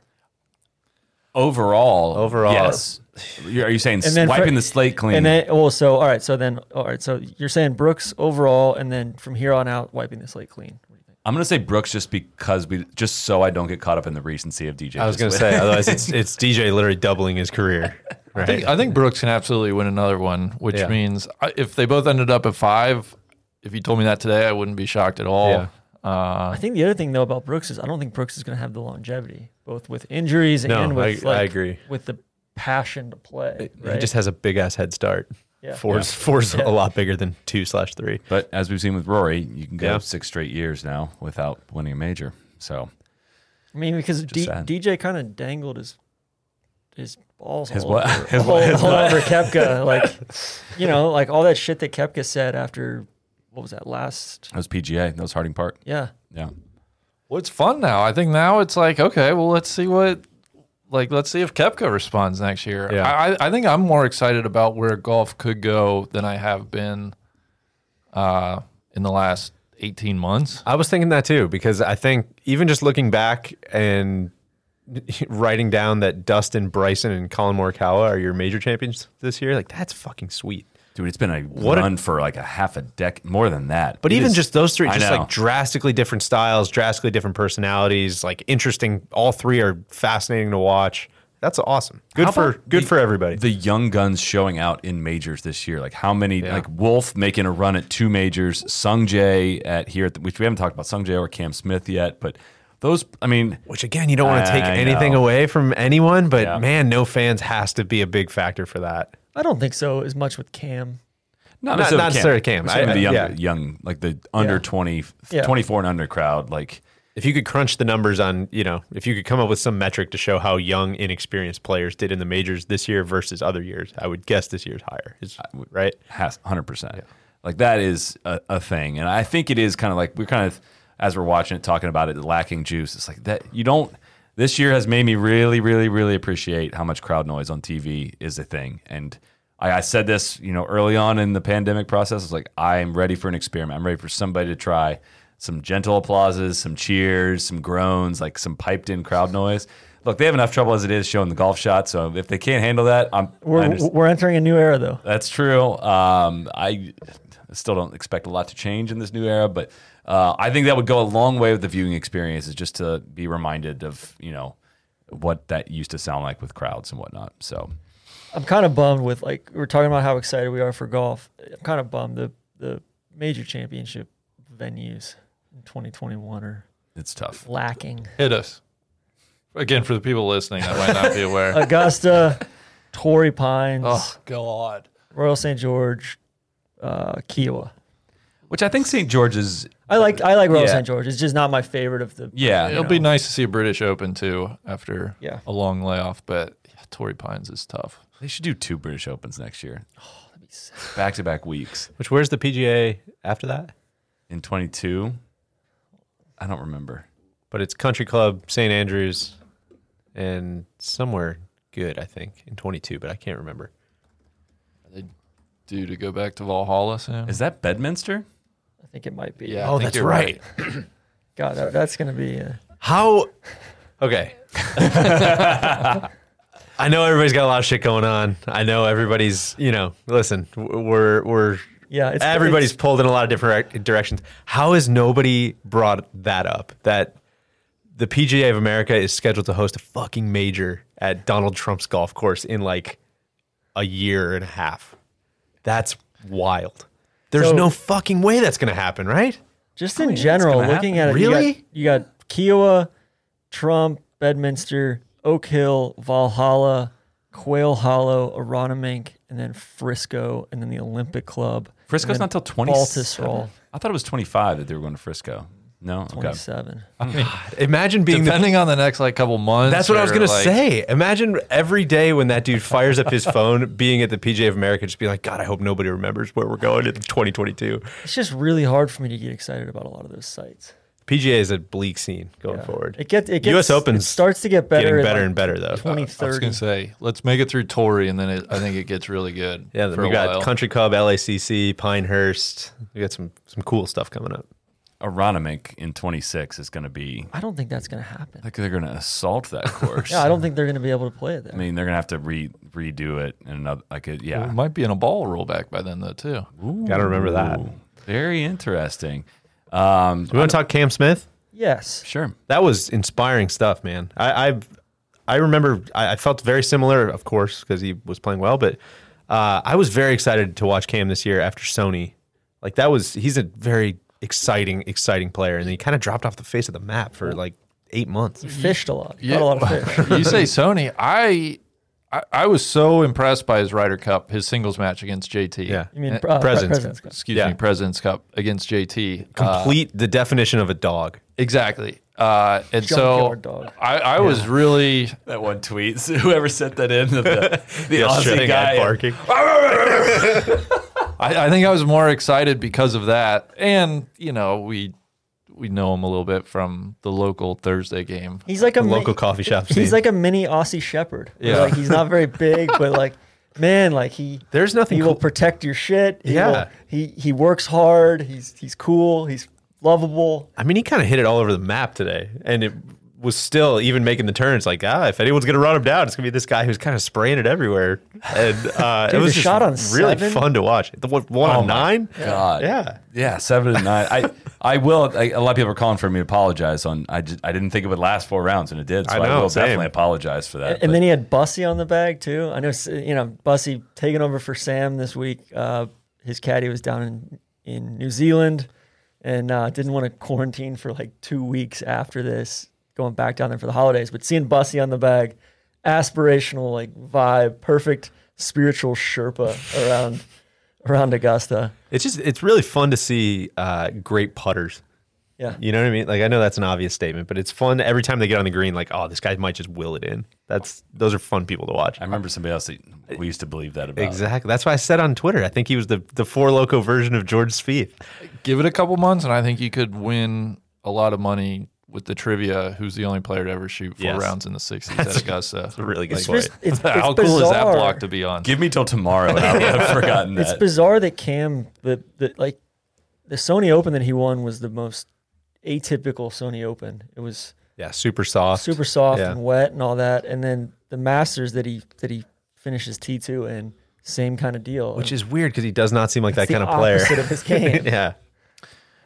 Overall,
Overall.
yes. You're- Are you saying
And then
wiping
for-
the slate clean?
And then, well, so all right. So then, all right. So you're saying Brooks overall, and then from here on out, wiping the slate clean. What do you think?
I'm gonna say Brooks just because we just so I don't get caught up in the recency of DJ.
I was gonna
[laughs]
say, otherwise it's it's DJ literally doubling his
[laughs]
career. Right.
I think, I think Brooks can absolutely win another one, which
Yeah.
means I- if they both ended up at five, if you told me that today, I wouldn't be shocked at all.
Yeah.
Uh,
I think the other thing though about Brooks is I don't think Brooks is going to have the longevity, both with injuries
No,
and with
I- I
like,
agree.
with the passion to play. Right?
He just has a big ass head start.
Yeah.
Four's four's a lot bigger than two slash three.
but as we've seen with Rory, you can go
Yeah.
six straight years now without winning a major. So
I mean, because D-
sad.
DJ kind of dangled his his balls
His
all
what?
over,
[laughs] His
all, all over
[laughs]
Kepka, like you know, like all that shit that Kepka said after what was that last?
that was PGA. That was Harding Park.
Yeah,
Yeah.
well, it's fun now. I think now it's like, okay, well, let's see what like let's see if Kepka responds next year.
Yeah.
I, I- I think I'm more excited about where golf could go than I have been uh, in the last 18 months.
I was thinking that too because I think even just looking back and [laughs] writing down that Dustin Bryson and Colin Morikawa are your major champions this year, like that's fucking sweet.
Dude, it's been a
What a-
run for like a half a decade, more than that.
But
It
even
is-
just those three,
I
just
know.
like drastically different styles, drastically different personalities, like interesting. All three are fascinating to watch. That's awesome. Good
How
for
about
good
the-
for everybody.
The young guns showing out in majors this year. Like how many? Like Wolf making a run at two majors. Sung Jae at here, at the, which we haven't talked about Sung Jae or Cam Smith yet. But those, I mean,
Which again, you don't want to take
I
anything
know.
away from anyone, but
Yeah.
man, no fans has to be a big factor for that.
I don't think so as much with Cam.
not,
Not- not necessarily Cam.
Some of
I-
the
I-
young,
yeah.
young, like the under
Yeah.
20,
Yeah.
24 and under crowd. Like
If you could crunch the numbers on, you know, if you could come up with some metric to show how young, inexperienced players did in the majors this year versus other years, I would guess this year's higher, is, right?
has 100%. Like that is a, a thing. And I think it is kind of like we're kind of, as we're watching it, talking about it, lacking juice. It's like that you don't, this year has made me really, really, really appreciate how much crowd noise on TV is a thing. And I, I said this, you know, early on in the pandemic process, it's like, I'm ready for an experiment. I'm ready for somebody to try some gentle applauses, some cheers, some groans, like some piped in crowd noise. Look, they have enough trouble as it is showing the golf shot. So if they can't handle that, I'm I
We're,
understand.
we're entering a new era though.
That's true. Um, I still don't expect a lot to change in this new era, but uh, I think that would go a long way with the viewing experience, is just to be reminded of you know what that used to sound like with crowds and whatnot. So
I'm kind of bummed with like we're talking about how excited we are for golf. I'm kind of bummed the the major championship venues in 2021 are
it's tough.
lacking.
Hit us. Again, for the people listening that might not be aware.
[laughs]
Augusta, Torrey Pines,
[laughs] oh, God.
Royal St George, uh, Kiowa.
Which I think St. George's,
I like I like Royal
Yeah.
St George. It's just not my favorite of the.
yeah,
It'll be nice to see a British Open too after
Yeah.
a long layoff, but yeah, Torrey Pines is tough.
They should do two British Opens next year,
Oh,
back to back weeks
Which, where's the PGA after that?
in twenty two. I don't remember.
But it's Country Club, St. Andrews, and somewhere good, I think, in 22, but I can't remember.
Due to go back to Valhalla soon.
Is that Bedminster?
I think it might be.
Yeah, I
Oh,
think
that's
you're
right.
God, that, that's gonna be. Uh,
How? Okay. [laughs] I know everybody's got a lot of shit going on. I know everybody's, you know, listen, w- we're we're
yeah, it's
everybody's
it's-
pulled in a lot of different direc- directions. How has nobody brought that up? That the PGA of America is scheduled to host a fucking major at Donald Trump's golf course in like a year and a half. That's wild. There's
So-
no fucking way that's going to happen, right?
just in general.
gonna
Looking at
happen.
it, you got-
Really?
you got, Kiowa, Trump, Bedminster, Oak Hill, Valhalla, Quail Hollow, Aronimink, and then Frisco, and then the Olympic Club. and
Frisco's
then
not till twenty.
Baltusrol,
I thought it was twenty five that they were going to Frisco. No, okay.
twenty-seven.
Imagine being the
Depending on the next like couple months.
That's what I was
or,
gonna
like,
say. Imagine every day when that dude fires up his [laughs] phone, being at the PJ of America, just being like, God, I hope nobody remembers where we're going in 2022.
It's just really hard for me to get excited about a lot of those sites.
PGA is a bleak scene going
Yeah.
forward.
It gets it gets
U.S.
it
Opens
starts to get better,
getting
at,
better
like,
and better though.
Twenty
I was
thirty.
gonna say, let's make it through Torrey, and then it, I think it gets really good.
yeah, then
for
we
a
got
while.
Country Club, LACC, Pinehurst. We got some some cool stuff coming up.
Aronimink in 26 is going to be
I don't think that's gonna happen.
like they're going to assault that course.
[laughs] Yeah, I don't think they're gonna be able to play it
I
there.
mean, they're going to have to re redo it and another like it.
It
Yeah,
might be in a ball rollback by then though too.
Got to remember that.
Ooh, very interesting. Um,
Mm-hmm.
We want to talk Cam Smith.
Yes.
sure.
That was inspiring stuff, man. I I, I remember I, I felt very similar, of course, because he was playing well. But uh, I was very excited to watch Cam this year after Sony. Like that was he's a very exciting, exciting player, and then he kind of dropped off the face of the map for like eight months.
Fished a lot.
Yeah.
Caught a lot of
[laughs]
fish.
you say Sony, I, I I was so impressed by his Ryder Cup, his singles match against JT.
Yeah.
You mean
Eh,
uh,
President's
President's Cup.
excuse
Yeah.
me, President's Cup against JT. Uh,
Complete the definition of a dog.
exactly. Uh, and so
Junkyard dog.
I, I was really
That one tweet. Whoever sent that in, the, the, the Aussie
Australian
guy.
barking.
Ah!
I, I think I was more excited because of that, and you know we we know him a little bit from the local Thursday game.
He's like a
The
mi-
local coffee shop
[laughs] He's
scene.
like a mini Aussie Shepherd. Yeah,
Yeah.
like he's
[laughs]
not very big, but like man, like he
There's nothing
he will
cool-
protect your shit. He
Yeah.
will- he he works hard. He's he's cool. He's lovable.
I mean, he kind of hit it all over the map today, and it was still even making the turns. Like, ah, if anyone's gonna run him down, it's gonna be this guy who's kind of spraying it everywhere. And
[laughs]
uh,
Dude,
it was
the
just
shot on
really
seven?
fun to watch. The one, one on nine.
Oh God.
Yeah.
Yeah, seven and nine. I I will. I, a lot of people are calling for me to apologize on. I just, I didn't think it would last four rounds, and it did. So
I
I,
know,
will
same.
definitely apologize for that.
And
but-
then he had Bussy on the bag too. I know s- you know Bussy taking over for Sam this week. Uh, his caddy was down in in New Zealand and uh, didn't want to quarantine for like two weeks after this, going back down there for the holidays. But seeing Bussy on the bag, aspirational like vibe, perfect spiritual Sherpa around around Augusta.
It's just it's really fun to see uh, great putters.
Yeah,
You know what I mean? Like I know that's an obvious statement, but it's fun every time they get on the green. Like, oh, this guy might just will it in. That's those are fun people to watch.
I remember somebody else that we used to believe that about.
Exactly. That's why I said on Twitter. I think he was the the four loco version of George Spieth.
Give it a couple months, and I think he could win a lot of money with the trivia. Who's the only player to ever shoot four
Yes.
rounds in the sixties at Augusta?
A really good
it's
point.
just it's, it's
[laughs] How cool is that
bizarre.
block to be on?
Give me till tomorrow, and I would
[laughs]
have forgotten
It's
that.
bizarre that Cam the the like the Sony Open that he won was the most atypical Sony Open. It was
Yeah, super soft.
super soft
Yeah.
and wet and all that, and then the Masters that he that he finishes T two in, same kind of deal.
which is weird because he does not seem like that
the
kind of player.
opposite of his
[laughs]
game.
yeah,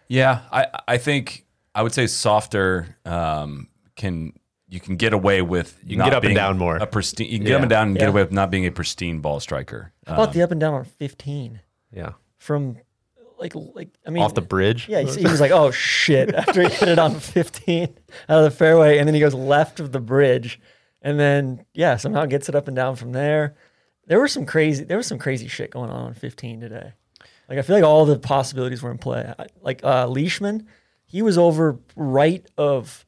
Yeah, I I think I would say softer um, can you can get away with you
can get up and down more.
a pristine you can get up and down and
Yeah.
get away with not being a pristine ball striker.
How
Um,
about the up and down on fifteen
yeah.
from like like I mean
Off the bridge.
Yeah, he, he was like, "Oh shit!" [laughs] After he hit it on 15 out of the fairway, and then he goes left of the bridge, and then yeah, somehow gets it up and down from there. There was some crazy, there was some crazy shit going on on 15 today. Like I feel like all the possibilities were in play. I, like uh, Leishman, he was over right of,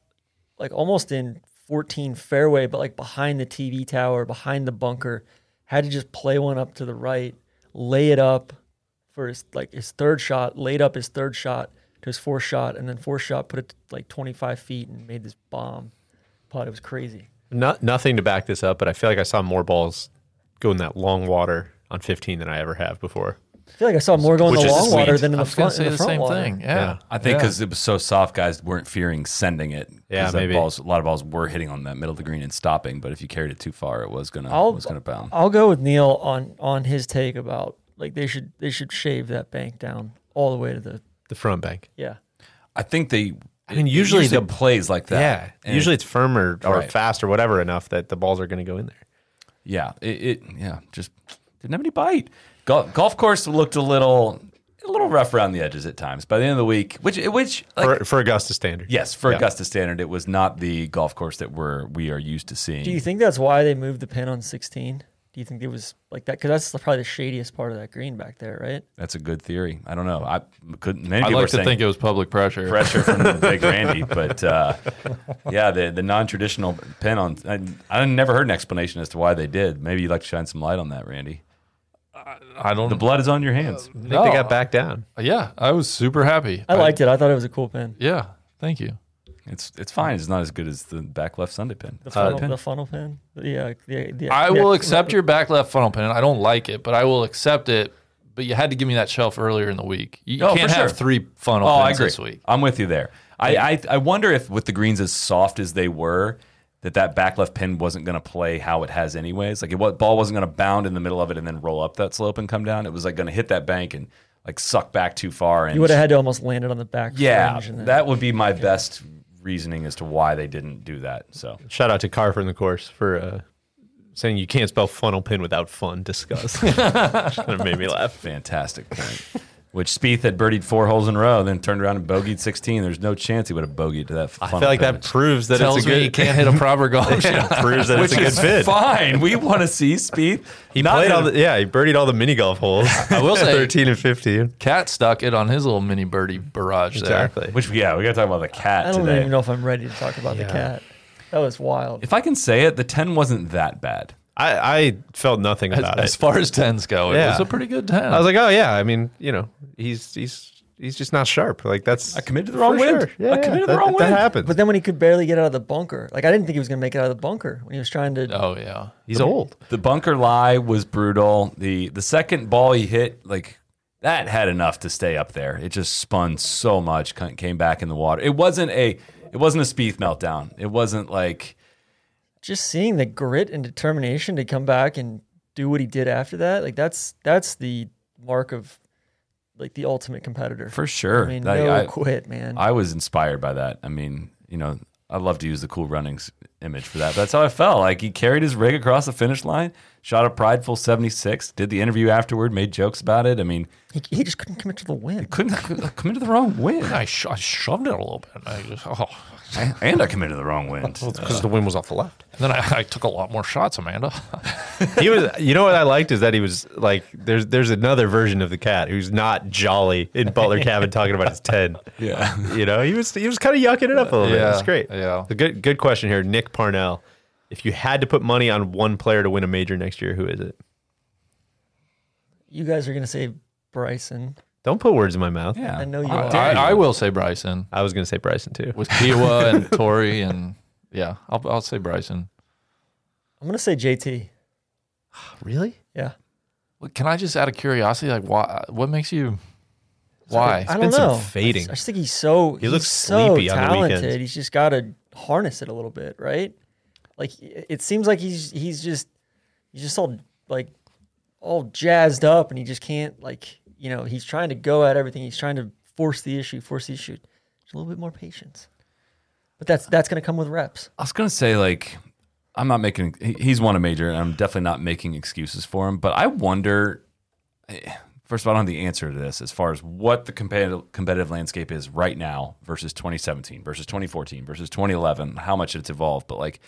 like almost in 14 fairway, but like behind the TV tower, behind the bunker, had to just play one up to the right, lay it up for his like his third shot, laid up his third shot to his fourth shot, and then fourth shot put it like 25 feet and made this bomb putt. It was crazy.
Not nothing to back this up, but I feel like I saw more balls go in that long water on 15 than I ever have before.
I feel like I saw more going
Which
in the
is
long
sweet.
water than in
I
the
was going
front.
to say
in
the,
front
same
water.
thing.
Yeah.
Yeah.
I think because it was so soft, guys weren't fearing sending it. 'Cause
Yeah,
the
maybe.
Balls, a lot of balls were hitting on that middle of the green and stopping, but if you carried it too far, it was gonna
I'll-
was gonna bounce.
I'll go with Neil on on his take about like they should they should shave that bank down all the way to the
The front bank.
yeah.
I think they.
I mean,
it
usually the-
plays like that. And
Usually it's firm or, or
Right.
fast or whatever enough that the balls are going to go in there.
yeah, it, it yeah just didn't have any bite. Golf, golf course looked a little a little rough around the edges at times. By the end of the week, which which like,
for, for Augusta standard.
yes, for
Yeah.
Augusta standard, it was not the golf course that we're we are used to seeing.
Do you think that's why they moved the pin on 16? Do you think it was like that? Because that's the- probably the shadiest part of that green back there, right?
That's a good theory. I don't know. I couldn't. Many
I'd
people are
like to
saying
think it was public
[laughs]
pressure.
pressure from Big Randy, but uh, yeah, the the non traditional pin on. I, I never heard an explanation as to why they did. Maybe you'd like to shine some light on that, Randy.
I don't.
The blood is on your hands.
I think they
Oh.
got back down.
Yeah, I was super happy.
I liked it. I thought it was a cool pin.
Yeah, thank you.
It's it's fine. It's not as good as the back left Sunday pin.
The funnel, the funnel pin. Yeah, the, the,
Uh, I
the-
will accept your back left funnel pin. I don't like it, but I will accept it. But you had to give me that shelf earlier in the week. You you
Oh, for
can't have
sure.
three funnel
Oh,
pins
I agree.
this week.
I'm with you there. I, I I wonder if with the greens as soft as they were, that that back left pin wasn't going to play how it has anyways. Like it, what ball wasn't going to bound in the middle of it and then roll up that slope and come down. It was like going to hit that bank and like suck back too far. And
You would have had to almost land it on the back.
yeah,
fringe and then-
that would be my best reasoning as to why they didn't do that. So
Shout out to Carr from the course for uh, saying you can't spell funnel pin without fun. Discuss. [laughs] kind of made me laugh.
fantastic
[laughs]
point. Which Spieth had birdied four holes in a row, then turned around and bogeyed 16. There's no chance he would have bogeyed to that.
I feel like that proves that
Tells
it's a
me
good.
you can't hit a proper golf
[laughs]
shot.
yeah, proves that it's a
Which
good
is
fit.
fine. We want to see Spieth.
He
Not
played
in
all
a-
the, yeah, he birdied all the mini golf
[laughs]
holes. I [laughs]
will say-
13 and 15.
Cat stuck it on his little mini birdie barrage
Exactly.
Which yeah, we gotta talk about the cat
I don't
today.
even know if I'm ready to talk about the cat. That was wild.
If I can say it, the ten wasn't that bad.
I, I felt nothing
there.
about
As, as
it.
far as tens go, it
Yeah.
was a pretty good ten.
I was like, oh yeah, I mean, you know, he's he's he's just not sharp. Like that's
I committed the wrong
for
wind.
sure. Yeah,
I
yeah,
committed the
that-
wrong
That
wind.
happens.
But then when he could barely get out of the bunker, like I didn't think he was going to make it out of the bunker when he was trying to.
Oh yeah,
he's old.
The bunker lie was brutal. The the second ball he hit, like that had enough to stay up there. It just spun so much, c- came back in the water. It wasn't a it wasn't a Spieth meltdown. It wasn't like
Just seeing the grit and determination to come back and do what he did after that, like that's that's the mark of like the ultimate competitor.
for sure.
I mean,
Like,
no
I-
quit, man.
I was inspired by that. I mean, you know, I love to use the cool runnings image for that. That's how I felt. Like he carried his rig across the finish line, shot a prideful 76, did the interview afterward, made jokes about it. I mean,
he, he just couldn't commit to the win.
couldn't I committed the wrong wind.
I, sho- I shoved it a little bit. I just, oh.
And I committed the wrong wind.
Because the wind was off the left.
And then I, I took a lot more shots, Amanda.
[laughs] he was. You know what I liked is that he was like. There's there's another version of the cat who's not jolly in Butler Cabin talking about his ten.
[laughs] Yeah.
You know he was he was kind of yucking it up a little bit.
Yeah,
That's great.
yeah.
A good good question here, Nick Parnell. If you had to put money on one player to win a major next year, who is it?
You guys are going to say Bryson.
Don't put words in my mouth.
Yeah.
I know you
How
are.
dare
I,
you.
I will say Bryson
I was gonna say Bryson too.
with Kiwa and Tori and yeah, I'll, I'll say Bryson.
I'm going to say JT.
Really?
Yeah.
Well, Can I just out of curiosity, like why? What makes you? Why?
I
been
don't
some
know.
fading.
I just think he's so he
looks
so
sleepy on the
talented.
weekends.
he's just got to harness it a little bit, right? Like it seems like he's he's just he's just all like all jazzed up, and he just can't like you know he's trying to go at everything. He's trying to force the issue, force the issue. Just a little bit more patience, but that's that's going to come with reps.
I was gonna say like I'm not making he- he's won a major and I'm definitely not making excuses for him, but I wonder eh, first of all I don't have the answer to this as far as what the competitive competitive landscape is right now versus 2017 versus 2014 versus 2011 how much it's evolved but like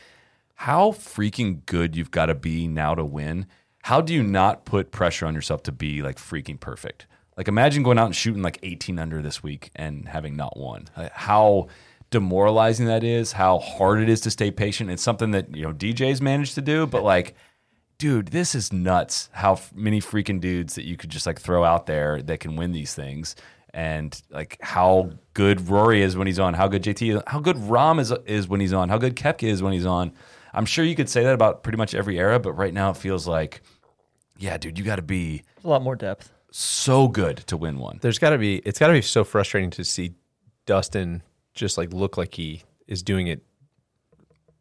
how freaking good you've got to be now to win. How do you not put pressure on yourself to be like freaking perfect? Like imagine going out and shooting like 18 under this week and having not won. Like, how demoralizing that is, how hard it is to stay patient. It's something that, you know, DJs managed to do, but like dude, this is nuts how f- many freaking dudes that you could just like throw out there that can win these things. And like how good Rory is when he's on, how good JT, is, how good Rom is is when he's on, how good Kepka is when he's on. I'm sure you could say that about pretty much every era, but right now it feels like, yeah, dude, you got to be
There's a lot more depth.
so good to win one.
there's got to be it's got to be so frustrating to see Dustin just like look like he is doing it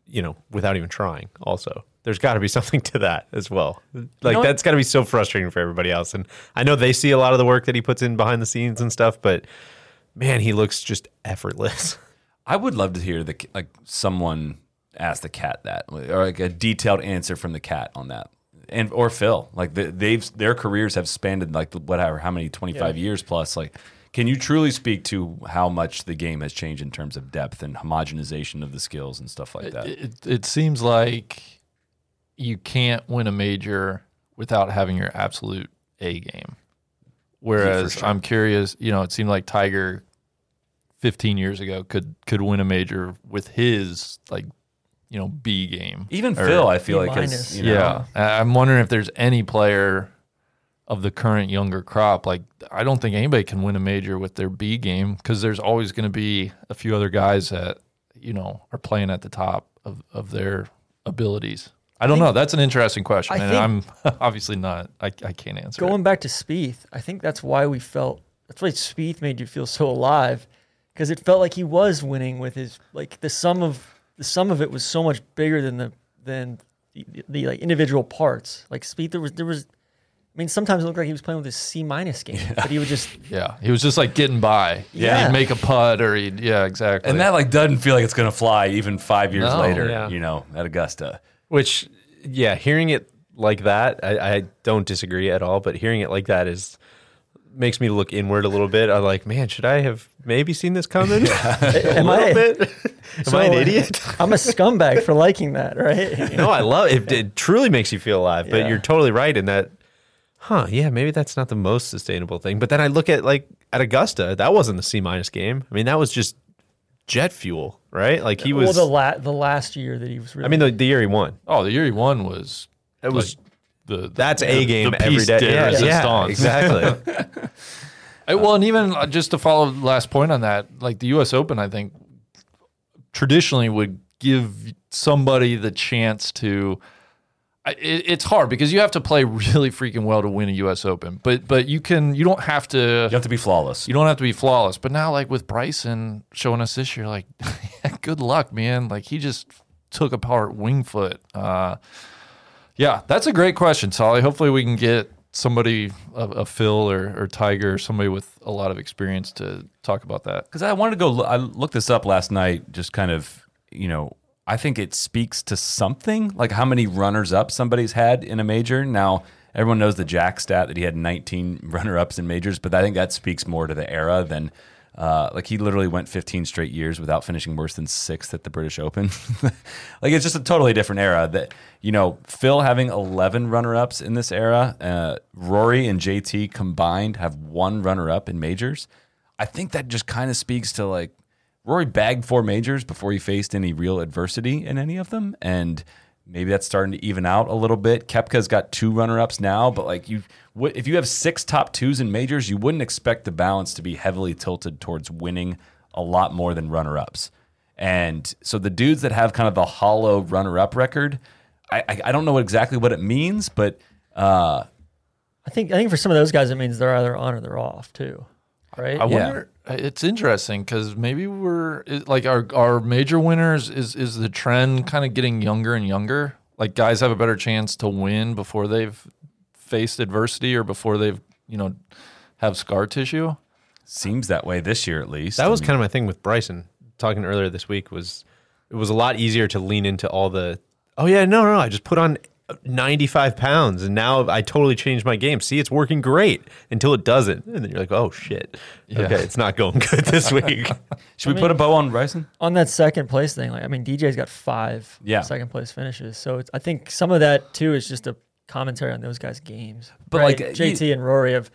you know without even trying also there's got to be [laughs] something to that as well like
what?
that's got to be so frustrating for everybody else and I know they see a lot of the work that he puts in behind the scenes and stuff but man he looks just effortless [laughs]
I would love to hear the like someone ask the cat that, or like a detailed answer from the cat on that, and or Phil. Like the, they've their careers have spanned like whatever how many twenty five years plus. Like, can you truly speak to how much the game has changed in terms of depth and homogenization of the skills and stuff like that?
It, it seems like you can't win a major without having your absolute A game. Whereas I'm curious, you know, it seemed like Tiger 15 years ago could could win a major with his like, you know, B game.
Even Phil, I feel
B
like has
minus.
you know,
Yeah. I- I'm wondering if there's any player of the current younger crop. Like, I don't think anybody can win a major with their B game because there's always going to be a few other guys that, you know, are playing at the top of, of their abilities. I don't know. That's an interesting question.
I
and I'm [laughs] obviously not, I, I can't answer. it.
Going back to Spieth, I think that's why we felt that's why Spieth made you feel so alive because it felt like he was winning with his like the sum of the sum of it was so much bigger than the than the, the, like individual parts. Like Spieth, there was there was. I mean, sometimes it looked like he was playing with his C minus game, but he would
[laughs]
just
Yeah. He was just like getting by.
Yeah.
He'd make a putt or he'd, yeah, exactly.
and that like doesn't feel like it's gonna fly even five years
No.
later.
Yeah.
You know, at Augusta.
which yeah hearing it like that I, I don't disagree at all but hearing it like that is makes me look inward a little bit I'm like man should I have maybe seen this coming
am
a
I
little bit. [laughs] Am I
[laughs]
an idiot?
I'm a scumbag for liking that, right?
no, I love it. It truly makes you feel alive. But
Yeah.
you're totally right in that. Huh? Yeah, maybe that's not the most sustainable thing. But then I look at like at Augusta, that wasn't the C minus game. I mean, that was just jet fuel, right? Like [laughs] he
well,
was.
the la- the last year that he was really
I mean, the, the year he won,
oh, the year he won was
it was
the, the
that's a game
the
every
piece
day.
de
yeah,
resistance.
exactly.
I- well, and even uh, just to follow the last point on that, like the U.S. Open, I think traditionally would give somebody the chance to. I- It, it's hard because you have to play [laughs] really freaking well to win a U.S. Open, but but you can you don't have to
You have to be flawless.
you don't have to be flawless. But now, like with Bryson showing us this year, like, [laughs] good luck, man. Like he just took apart Wingfoot. Uh, yeah, that's a great question, Solly. Hopefully, we can get somebody, a, a Phil or, or Tiger, somebody with a lot of experience to talk about that.
because I wanted to go. loo- I looked this up last night, just kind of, you know, I think it speaks to something like how many runners up somebody's had in a major. Now, everyone knows the Jack stat that he had [laughs] 19 runner ups in majors, but I think that speaks more to the era than. Uh, like he literally went 15 straight years without finishing worse than sixth at the British Open. [laughs] like it's just a totally different era. That you know, Phil having 11 runner-ups in this era, uh, Rory and JT combined have one runner-up in majors. I think that just kind of speaks to like Rory bagged four majors before he faced any real adversity in any of them, and maybe that's starting to even out a little bit. Kepka's got two runner-ups now, but like you, w- if you have six top twos in majors, you wouldn't expect the balance to be heavily tilted towards winning a lot more than runner-ups. And so the dudes that have kind of the hollow runner-up record, I, I, I don't know exactly what it means, but uh,
I think I think for some of those guys, it means they're either on or they're off too, right?
I
Yeah.
wonder. uh, It's interesting because maybe we're it- like our our major winners is is the trend kind of getting younger and younger. Like guys have a better chance to win before they've faced adversity or before they've you know have scar tissue.
seems that way this year at least.
That was
I mean,
kind of my thing with Bryson. Talking earlier this week was it was a lot easier to lean into all the oh yeah no no I just put on 95 pounds and now I totally changed my game. See, it's working great until it doesn't, and then you're like oh shit, okay, it's not going [laughs] good this week.
should we put a bow on Bryson?
on that second place thing, like I mean, DJ's got five second
Yeah.
place finishes, so it's, I think some of that too is just a commentary on those guys' games.
But,
right?
like, uh,
JT and Rory have,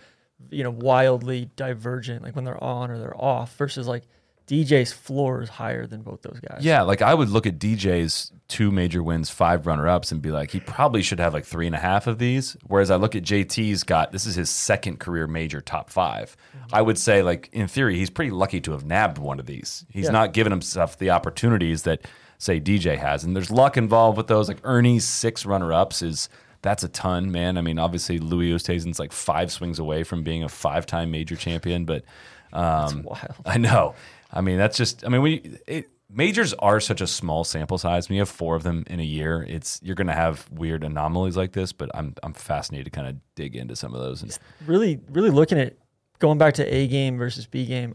you know, wildly divergent, like when they're on or they're off, versus like DJ's floor is higher than both those guys.
Yeah, like I would look at DJ's two major wins, five runner ups, and be like, he probably should have like three and a half of these. Whereas I look at JT's got this is his second career major top 5 I would say, like, in theory, he's pretty lucky to have nabbed one of these. He's
Yeah.
not given himself the opportunities that, say, DJ has. And there's luck involved with those. Like Ernie's six runner ups is that's a ton, man. I mean, obviously Louis Oosthuizen's like five swings away from being a five time major champion, but um,
wild.
I know. I mean, that's just. I mean, when you, it, majors are such a small sample size. When you have four of them in a year, it's you're going to have weird anomalies like this. But I'm I'm fascinated to kind of dig into some of those. And,
really, really looking at going back to A game versus B game,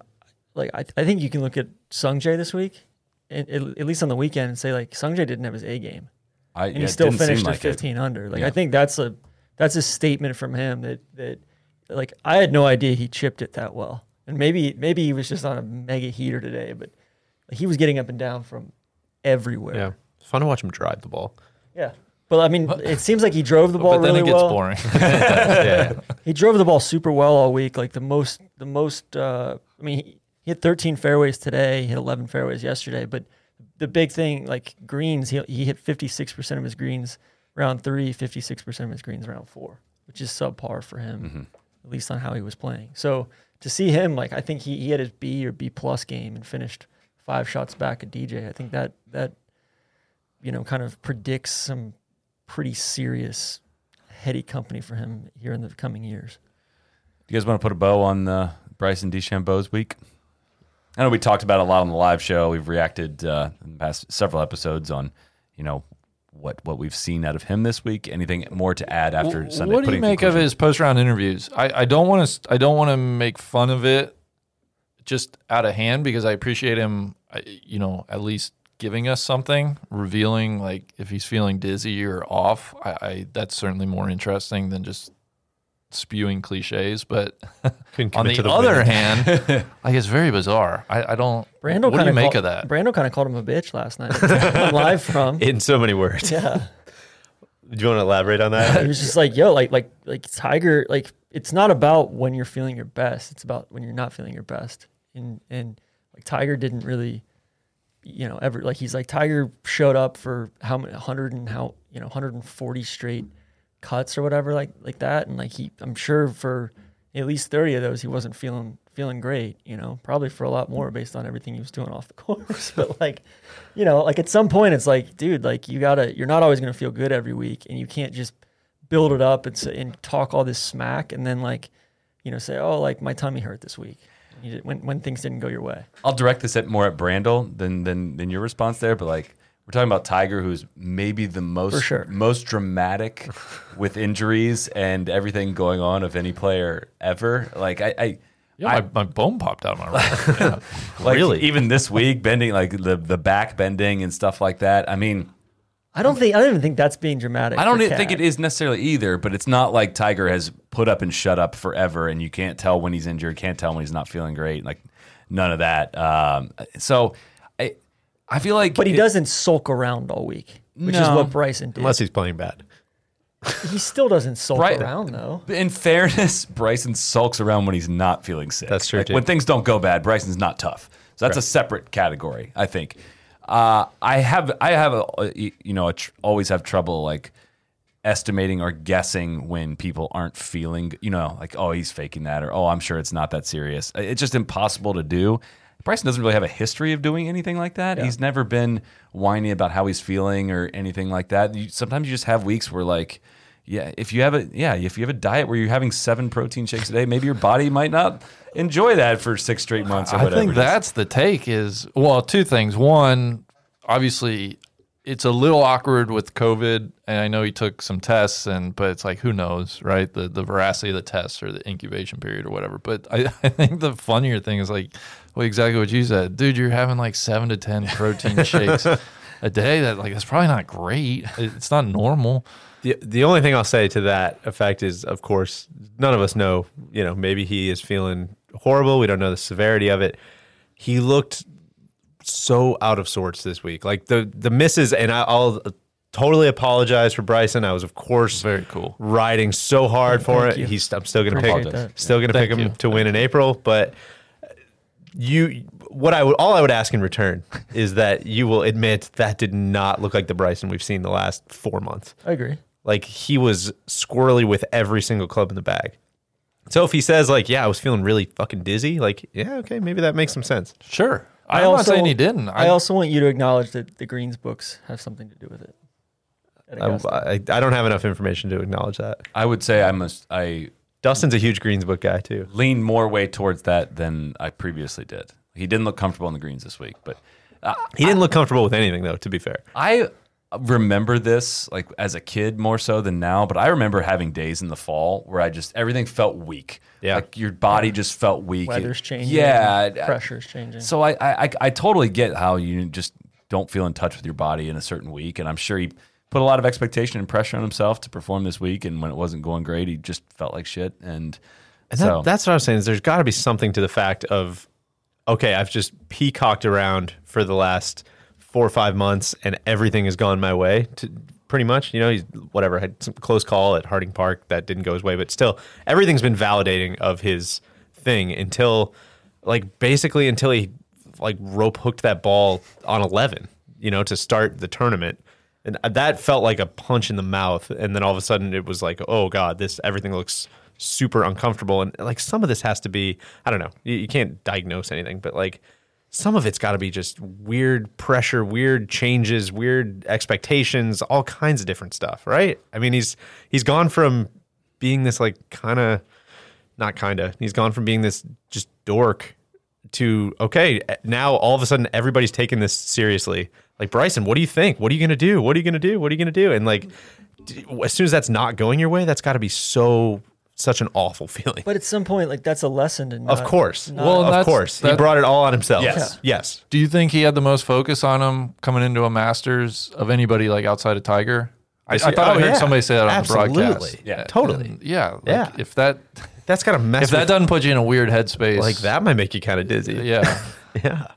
like I, I think you can look at Sungjae this week, and, at, at least on the weekend, and say like Sungjae didn't have his A game.
I
and
yeah,
he
it
still
didn't seem
finished
like
at
it.
15 under. Like
Yeah.
I think that's a that's a statement from him that that like I had no idea he chipped it that well, and maybe maybe he was just on a mega heater today, but he was getting up and down from everywhere.
yeah, it's fun to watch him drive the ball.
Yeah. But I mean, it seems like he drove the ball
but then
really
it gets
well.
boring.
[laughs] Yeah,
He drove the ball super well all week. Like the most, the most. Uh, I mean, he, he had 13 fairways today. He hit 11 fairways yesterday. But the big thing, like greens, he he hit 56% of his greens round three, 56% of his greens round four, which is subpar for him, at least on how he was playing. So to see him, like I think he, he had his B or B plus game and finished five shots back at DJ. I think that that you know kind of predicts some pretty serious heady company for him here in the coming years.
You guys want to put a bow on the Bryson DeChambeau's week? I know we talked about it a lot on the live show. We've reacted uh, in the past several episodes on, you know, what what we've seen out of him this week. Anything more to add after
W-
Sunday?
What do you
Putting
make of
conclusion.
his post round interviews? I, I don't want to I don't want to make fun of it just out of hand because I appreciate him. I- You know, at least giving us something, revealing like if he's feeling dizzy or off. I, I that's certainly more interesting than just spewing cliches. But [laughs]
Couldn't
on
commit to
the,
the
other
win.
hand, like it's very bizarre. I, I don't.
Brando
what do
kinda
you make
call-
of that?
Brando kind of called him a bitch last night. I'm [laughs] live
[laughs]
from.
in so many words.
yeah,
Do you want to elaborate on [laughs]
he
that?
was just like, yo, like, like, like Tiger. Like, it's not about when you're feeling your best. It's about when you're not feeling your best. And and like Tiger didn't really, you know, ever like he's like Tiger showed up for how many hundred and how you know 140 straight cuts or whatever like like that. And like he, I'm sure for at least 30 of those he wasn't feeling feeling great you know probably for a lot more based on everything he was doing off the [laughs] course but like you know like at some point it's like dude like you gotta you're not always gonna feel good every week and you can't just build it up and, say, and talk all this smack and then like you know say oh like my tummy hurt this week you did- when, when things didn't go your way
I'll direct this at more at Brandel than than than your response there, but like we're talking about Tiger, who's maybe the most
sure.
most
[laughs]
dramatic with injuries and everything going on of any player ever. Like I, I
Yeah,
I-
my, my bone popped
[laughs]
out of my right. Yeah.
like
Really?
even this week bending like the the back bending and stuff like that. I mean,
i don't think i don't even think that's being dramatic
I don't
for
e- think
Cat.
it is necessarily either, but it's not like Tiger has put up and shut up forever, and you can't tell when he's injured, can't tell when he's not feeling great, like none of that. Um, so I I feel like,
but he
it-
doesn't sulk around all week which is
No.
what bryson did
Unless he's playing bad.
he still doesn't sulk
Right.
around though
In fairness, [laughs] Bryson sulks around when he's not feeling sick.
That's true,
Like,
too.
When things don't go bad, Bryson's not tough. So that's a separate category, I think. Uh, I have, I have, a, you know, a tr- always have trouble like estimating or guessing when people aren't feeling, you know, like oh he's faking that or oh I'm sure it's not that serious. It's just impossible to do. Bryson doesn't really have a history of doing anything like that. He's never been whiny about how he's feeling or anything like that. You, sometimes you just have weeks where like yeah, if you have a yeah, if you have a diet where you're having seven protein shakes a day, maybe your body might not enjoy that for six straight months or
I
whatever.
think that's the take is well, two things. One, obviously it's a little awkward with COVID and I know he took some tests and but it's like who knows, right? The the veracity of the tests or the incubation period or whatever. But I, [laughs] I think the funnier thing is like well exactly what you said. Dude, you're having like seven to ten protein shakes a day that like that's probably not great. It- It's not normal.
The, the only thing I'll say to that effect is, of course, none of us know. You know, maybe he is feeling horrible. We don't know the severity of it. He looked so out of sorts this week. Like the the misses, and I, I'll totally apologize for Bryson. I was, of course,
Very cool.
riding so hard for it.
you.
He's I'm still gonna
Appreciate
pick
that.
still gonna
Thank
pick him
you.
to win in April, but you what I would all I would ask in return is that you will admit that did not look like the Bryson we've seen the last four months.
i agree
Like he was squirrely with every single club in the bag. So if he says like, "Yeah, I was feeling really fucking dizzy," like, "Yeah, okay, maybe that makes some sense."
Sure. I'm not saying he didn't.
I, also want you to acknowledge that the Greens books have something to do with it. At
I,
Augusta.
I, I don't have enough information to acknowledge that.
I would say I must I
Dustin's a huge Greens book guy too.
lean more way towards that than I previously did. He didn't look comfortable on the greens this week, but
He didn't look comfortable with anything though. To be fair,
I remember this like as a kid more so than now, but I remember having days in the fall where I just everything felt weak.
Yeah.
Like your body just felt weak.
Weather's changing.
Yeah. I-
pressure's changing.
So I, I I- I totally get how you just don't feel in touch with your body in a certain week, and I'm sure he put a lot of expectation and pressure on himself to perform this week, and when it wasn't going great, he just felt like shit. And,
And that,
so
that's what I was saying. Is there's got to be something to the fact of, okay, I've just peacocked around for the last four or five months, and everything has gone my way. To pretty much, you know, he's whatever had some close call at Harding Park that didn't go his way, but still, everything's been validating of his thing until, like, basically until he like rope hooked that ball on eleven, you know, to start the tournament. And that felt like a punch in the mouth. And then all of a sudden it was like, oh God, this everything looks super uncomfortable. And like some of this has to be, I don't know, you, you can't diagnose anything, but like some of it's got to be just weird pressure, weird changes, weird expectations, all kinds of different stuff, right? I mean, he's he's gone from being this like kind of not kind of. He's gone from being this just dork to okay, eh, now all of a sudden everybody's taking this seriously. Like Bryson, what do you think? What are you going to do? What are you going to do? What are you going to do? And like d- as soon as that's not going your way, that's got to be so such an awful [laughs] feeling.
but at some point, like that's a lesson to not,
of course.
Well,
well, of
that's-
course. he
that-
brought it all on himself.
Yes.
Yes.
Do you think he had the most focus on him coming into a Masters of anybody like outside of Tiger? I, I
see-
thought
oh,
I heard
yeah.
somebody say that on the broadcast.
Absolutely. Yeah, totally.
And yeah. like,
Yeah.
If that
That's got to mess
if that
with-
doesn't put you in a weird headspace
like that might make you kind of [laughs] dizzy.
yeah.
Yeah.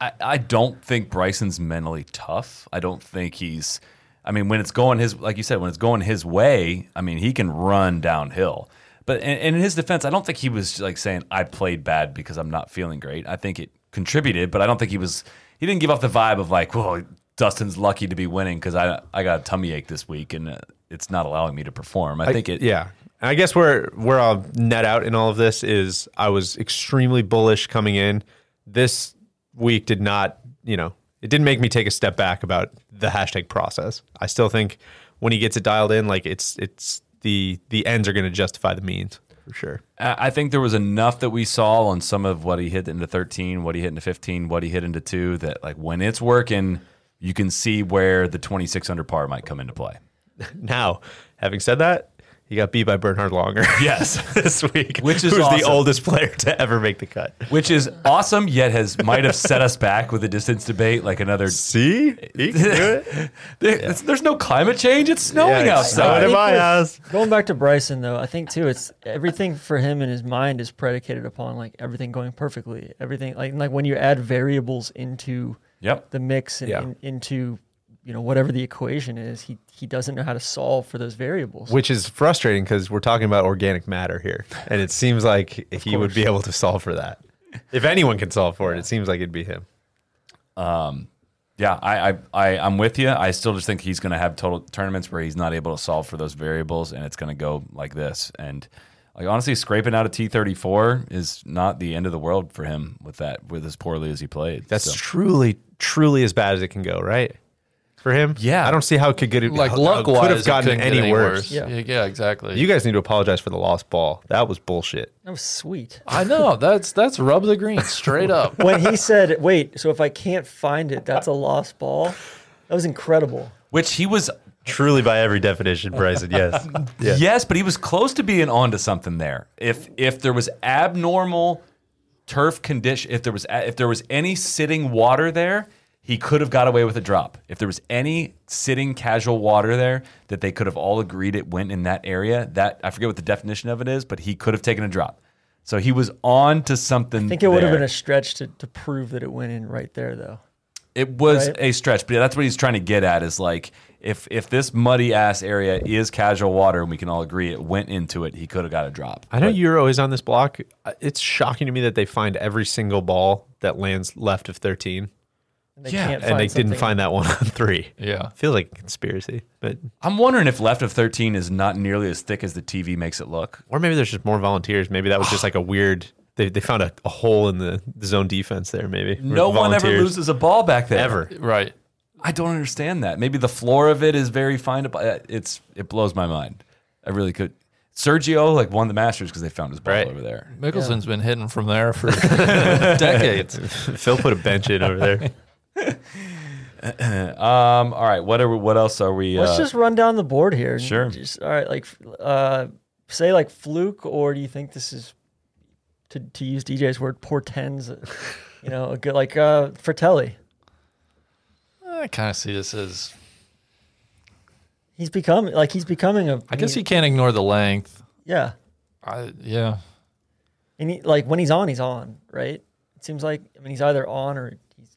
I, I don't think Bryson's mentally tough. I don't think he's. I mean, when it's going his, like you said, when it's going his way, I mean, he can run downhill. But in, in his defense, I don't think he was like saying, "I played bad because I'm not feeling great." I think it contributed, but I don't think he was. He didn't give off the vibe of like, "Well, Dustin's lucky to be winning because I I got a tummy ache this week and uh, it's not allowing me to perform." I, think it.
yeah. And I guess where where I'll net out in all of this is I was extremely bullish coming in. This week did not, you know, it didn't make me take a step back about the hashtag process. I still think when he gets it dialed in, like it's it's the the ends are going to justify the means for sure.
I I think there was enough that we saw on some of what he hit into 13, what he hit into 15, what he hit into 2 that like when it's working, you can see where the 26 under par might come into play.
Now, having said that, he got beat by Bernhard Longer
Yes.
[laughs] this week,
Which is
who's
awesome.
the oldest player to ever make the cut.
Which is awesome yet has might have set us back with the distance debate like
[laughs]
another
See, he can do it.
[laughs] There- it's- There's no climate change. It's snowing
Yeah, it's
outside.
snowing.
think
my
with-
house.
Going back to Bryson though, I think too, it's everything for him in his mind is predicated upon like everything going perfectly. Everything like like when you add variables into
Yep.
the mix and
Yeah.
in- into you know whatever the equation is, he he doesn't know how to solve for those variables.
Which is frustrating because we're talking about organic matter here, and it seems like he would be able to solve for that. If anyone can solve for it, it seems like it'd be him.
Yeah, I, I, I, I'm with you. I still just think he's going to have total tournaments where he's not able to solve for those variables, and it's going to go like this. And like honestly, scraping out a T34 is not the end of the world for him with that, with as poorly as he played.
That's
So-
truly, truly as bad as it can go, right? For him,
Yeah.
I don't see how it could get
Like
how-
luck
how it
wise,
could have gotten any, worse.
Yeah.
Yeah.
yeah, exactly.
You guys need to apologize for the lost ball. That was bullshit.
that was sweet.
I know that's that's rub the green
[laughs]
straight up.
when he said, "Wait, so if I can't find it, that's a lost ball." That was incredible.
which he was.
Truly, by every definition, Bryson. Yes, [laughs] yeah.
Yes, but he was close to being onto something there. If if there was abnormal turf condition, if there was a- if there was any sitting water there, he could have got away with a drop. If there was any sitting casual water there that they could have all agreed it went in that area, that I forget what the definition of it is, but he could have taken a drop. So he was on to something.
I think it would have
there.
been a stretch to, to prove that it went in right there, though.
It was
Right?
a stretch, but yeah, that's what he's trying to get at is like if if this muddy ass area is casual water and we can all agree it went into it, he could have got a drop.
I know Euro is on this block. It's shocking to me that they find every single ball that lands left of thirteen,
And they
Yeah,
can't
and they didn't
something.
find that one on three.
Yeah.
feels like a conspiracy, but
I'm wondering if left of 13 is not nearly as thick as the TV makes it look.
or maybe there's just more volunteers. Maybe that was just like a weird. They, they found a, a hole in the, the zone defense there. Maybe
No one ever
Volunteers.
loses a ball back there.
ever.
Right.
I don't understand that. Maybe the floor of it is very fine. to- uh, It's it blows my mind. I really could. Sergio like won the Masters because they found his ball
Right.
over there.
Mickelson's been hitting from
[laughs]
there for decades.
Phil put a bench in over
[laughs]
there.
Um. All right. What are we, what else are we?
Let's
uh,
just run down the board here. and
Sure.
Just, all right, like uh, say like fluke, or do you think this is to to use DJ's word portends? uh, You know, a good like uh, Fratelli.
I kind of see this as.
He's become like he's becoming a.
I guess you can't ignore the length.
yeah,
I yeah.
and he, like when he's on, he's on, right? It seems like I mean he's either on or he's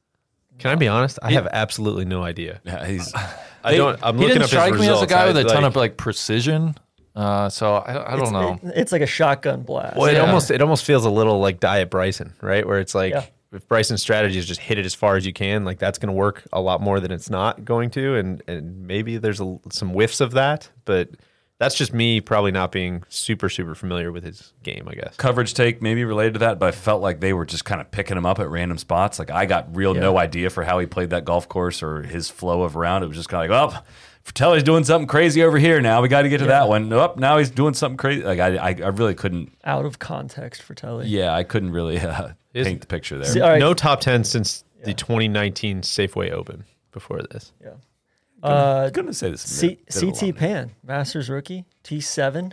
Can I be honest? I have absolutely no idea.
yeah, he's
I don't. I'm
he
looking
didn't
up
strike
his
me as a
results.
guy
I,
with a ton
like-
of like precision. Uh, so I, I don't
it's,
know.
it- it's like a shotgun blast.
Well, it
Yeah.
almost it almost feels a little like diet Bryson, right? Where it's like
Yeah.
if Bryson's strategy is just hit it as far as you can, like that's going to work a lot more than it's not going to, and and maybe there's a, some whiffs of that, but that's just me probably not being super super familiar with his game, I guess.
coverage take maybe related to that, but I felt like they were just kind of picking him up at random spots. Like I got real no idea for how he played that golf course or his flow of round. It was just kind of like, well, Fratelli's doing something crazy over here now. We got to get to that one. Nope, now he's doing something crazy. Like I, I, I really couldn't.
out of context Fratelli.
Yeah, I couldn't really uh,
Is-
paint the picture there.
See, all right.
No top ten since the 2019 Safeway Open. Before this,
Uh,
I'm gonna say this. is a
C-
bit of a long-
CT Pan, Masters rookie, T7,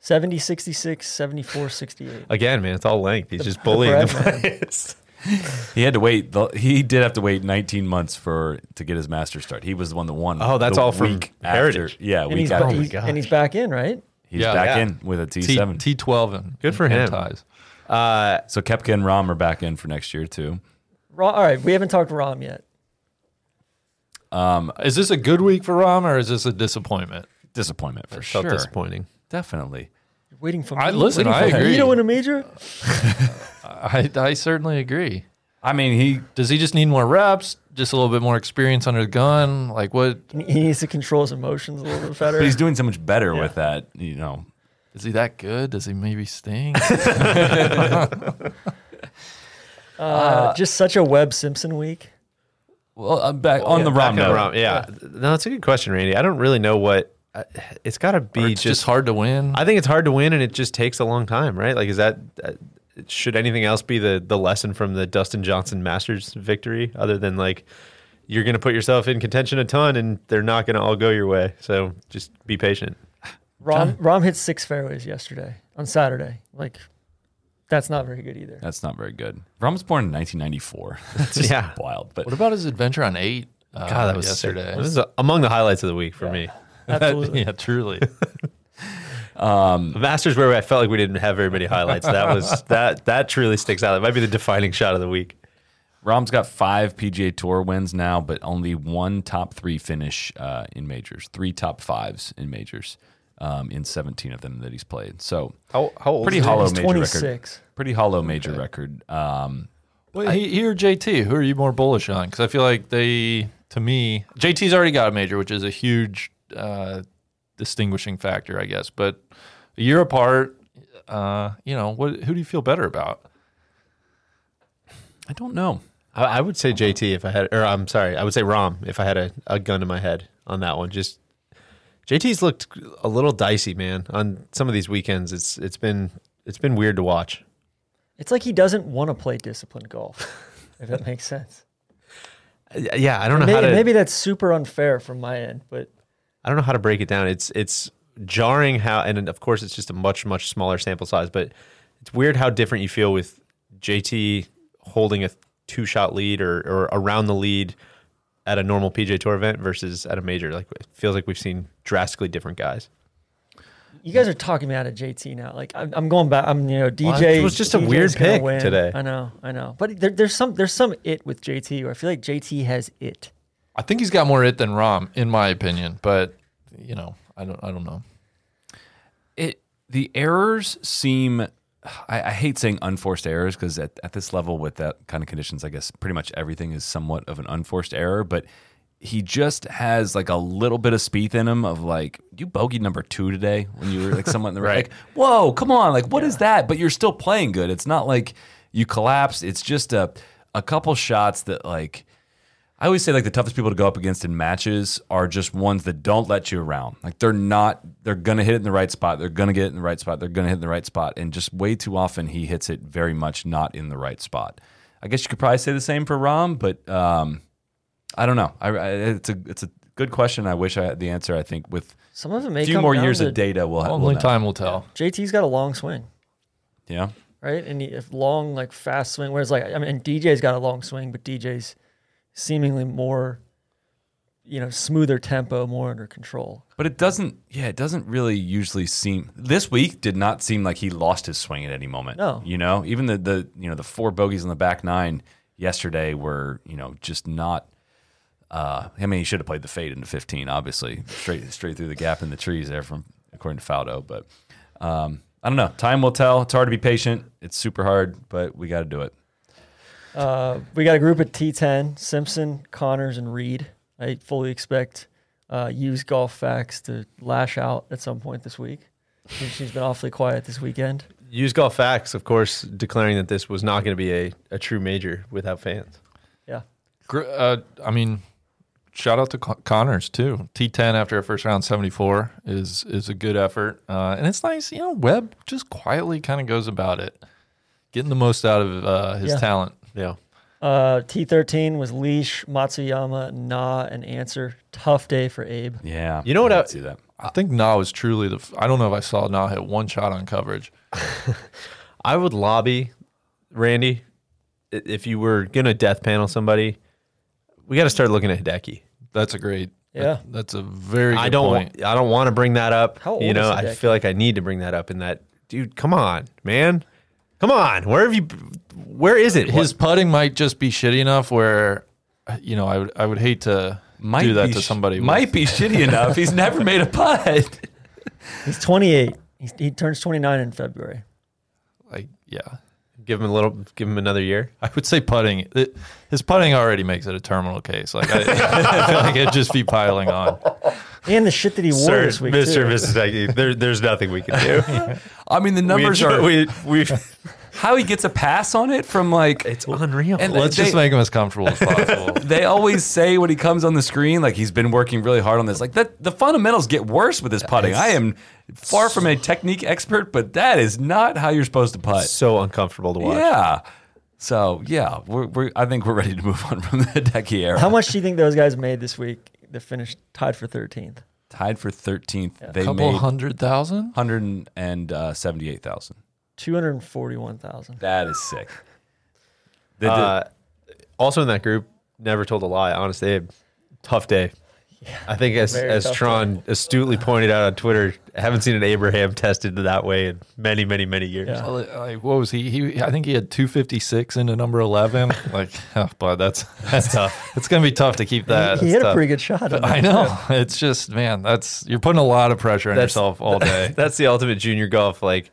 70 66, 74 68.
again, man, it's all length. He's just bullying the [laughs]
bread,
players.
[laughs] He had to wait. the- He did have to wait 19 months for to get his master's start. He was the one that won.
Oh, that's
the
all from
week
Heritage.
After, yeah,
And
week
he's,
after.
ba-
He's,
he's- and he's back in, right?
Yeah.
back
Yeah.
in with a
T
T7.
T twelve and
Good for
and
him.
Ties.
Uh,
so Kepka and Rom are back in for next year too.
Ra- all right, we haven't talked Rom yet.
Is this a good week for Rom or is this a disappointment?
Disappointment for
Felt
sure.
disappointing.
Definitely.
You're waiting for me.
I- listen,
waiting
I
for
agree.
You to win a major?
I I certainly agree.
I mean, he
Does he just need more reps? Just a little bit more experience under the gun? Like what?
He needs to control his emotions a little bit better.
but he's doing so much better with that, you know.
Is he that good? Does he
[laughs]
maybe stink?
Uh, just such a Webb Simpson week.
Well, I'm back on the
Back
Rom
in the
note.
Rom- yeah. No, that's a good question, Randy. I don't really know what. I- It's got to
Or
be
it's just hard to win.
I think it's hard to win, and it just takes a long time, right? Like, is that uh, should anything else be the the lesson from the Dustin Johnson Masters victory, other than like you're going to put yourself in contention a ton, and they're not going to all go your way. So just be patient.
Rom Rom hit six fairways yesterday on Saturday. Like, that's not very good either.
That's not very good. Rom was born in 1994. [laughs] That's just
Yeah.
wild. But
What about his adventure on eight? Uh,
God, Ah, that was sick.
yesterday.
This is uh, among the highlights of the week for me.
Absolutely.
[laughs] yeah, truly.
The Masters, where I felt like we didn't have very many highlights. That [laughs] was that that truly sticks out. It might be the defining shot of the week.
Rom's got five PGA Tour wins now, but only one top three finish uh, in majors. Three top fives in majors um, in 17 of them that he's played. So
How how old?
pretty
is
hollow
He's
major
26.
record. Pretty hollow major record. Um,
Wait, he, he or JT? Who are you more bullish on? Because I feel like they, to me, JT's already got a major, which is a huge uh, distinguishing factor, I guess. But a year apart, uh, you know, what? Who do you feel better about?
I don't know.
I, I would say JT if I had, or I'm sorry, I would say Rom if I had a, a gun to my head on that one. Just JT's looked a little dicey, man. On some of these weekends, it's it's been it's been weird to watch.
It's like he doesn't want to play disciplined golf, [laughs] if that makes sense.
Uh, Yeah, I don't know how
Maybe,
to
maybe that's super unfair from my end, but
I don't know how to break it down. It's it's jarring how, and of course, it's just a much much smaller sample size, but it's weird how different you feel with JT holding a two shot lead or or around the lead at a normal PJ Tour event versus at a major. Like it feels like we've seen drastically different guys.
you guys are talking me out of JT now. Like I'm, I'm going back. I'm you know DJ.
it was just a
DJ's
weird
gonna
pick today.
I know, I know. But there, there's some there's some it with JT. Or I feel like JT has it.
I think he's got more it than Rom, in my opinion. But you know, I don't, I don't know.
it the errors seem I, I hate saying unforced errors because at, at this level with that kind of conditions i guess pretty much everything is somewhat of an unforced error but he just has like a little bit of speed in him of like you bogeyed number two today when you were like somewhat in the right. like whoa come on like what is that but you're still playing good it's not like you collapsed it's just a a couple shots that like I always say like the toughest people to go up against in matches are just ones that don't let you around. Like they're not they're gonna hit it in the right spot. They're gonna get it in the right spot. They're gonna hit it in the right spot. And just way too often he hits it very much not in the right spot. I guess you could probably say the same for Rom, but um, I don't know. I, I, it's a it's a good question. I wish I had the answer. I think with
Some of it may
a few
come
more
down
years
to
of data, we'll have.
Only time will tell.
JT's got a long swing,
Yeah.
right? And he, if long like fast swing. Whereas like I mean, DJ's got a long swing, but DJ's seemingly more, you know, smoother tempo, more under control.
But it doesn't, yeah, it doesn't really usually seem. This week did not seem like he lost his swing at any moment.
No.
you know, even the the you know the four bogeys on the back nine yesterday were you know just not. Uh, I mean, he should have played the fade into fifteen, obviously, straight straight through the gap in the trees there from according to Faldo. But um, I don't know. Time will tell. It's hard to be patient. It's super hard, but we got to do it.
Uh, we got a group of T10 Simpson, Connors, and Reed. I fully expect uh, use golf facts to lash out at some point this week. She- She's been awfully quiet this weekend.
Use golf facts, of course, declaring that this was not going to be a, a true major without fans.
Yeah.
Gr- Uh, I mean, shout out to Con- Connors too. T10 after a first round 74 is is a good effort, uh, and it's nice. You know, Webb just quietly kind of goes about it, getting the most out of uh, his
Yeah.
talent.
Yeah.
Uh, T13 was Leash, Matsuyama, Na, and Answer. Tough day for Abe.
Yeah,
You know what
I
I-
could see that.
I think Na was truly the. F- I don't know if I saw Na hit one shot on coverage.
I would lobby, Randy, i- if you were going to death panel somebody, we got to start looking at Hideki.
That's a great.
Yeah.
that- that's a very. Good
I don't
Point.
want, I don't want to bring that up.
How old
you know,
is
I
Hideki?
feel like I need to bring that up in that dude, come on, man. Come on. Where have you where is it?
His putting might just be shitty enough where, you know, I would I would hate to do that
be
to
sh-
somebody. with-
Might be shitty enough. He's never made a putt.
He's 28. He's, he turns 29 in February.
like yeah.
give him a little give him another year.
I would say putting. It, [laughs] his putting already makes it a terminal case. Like I, I feel like it'd just be piling on.
and the shit that he wore
Sir,
this week.
Mr.
too.
and Mrs. Aggie, there, there's nothing we can [laughs] do.
I mean, the
We
numbers
enjoy-
are
we, we,
how he gets a pass on it from like
it's unreal.
And
Let's
they,
just make him as comfortable as [laughs] possible.
they always say when he comes on the screen, like he's been working really hard on this. Like that, the fundamentals get worse with his putting. I am far from a technique expert, but that is not how you're supposed to putt.
so uncomfortable to watch.
Yeah. So yeah, we're, we're I think we're ready to move [laughs] on from the Decky era.
How much do you think those guys made this week? That finished tied for 13th.
Tied for 13th, they
couple
made
hundred thousand.
178,000.
241,000.
That is sick. They did-
Uh, also in that group, never told a lie. Honest Abe, tough day. I think as
very
as
tough
Tron astutely pointed out on Twitter, I haven't seen an Abraham tested that way in many, many, many years.
Yeah.
Like, what was he? He I think he had 256 into number 11. like, [laughs] oh, but that's that's tough. [laughs] It's gonna be tough to keep that.
He
It's
hit a
tough.
pretty good shot.
[laughs]
on
I
that.
know. It's just man, that's you're putting a lot of pressure on
That's-
yourself all day.
That's the ultimate junior golf. Like,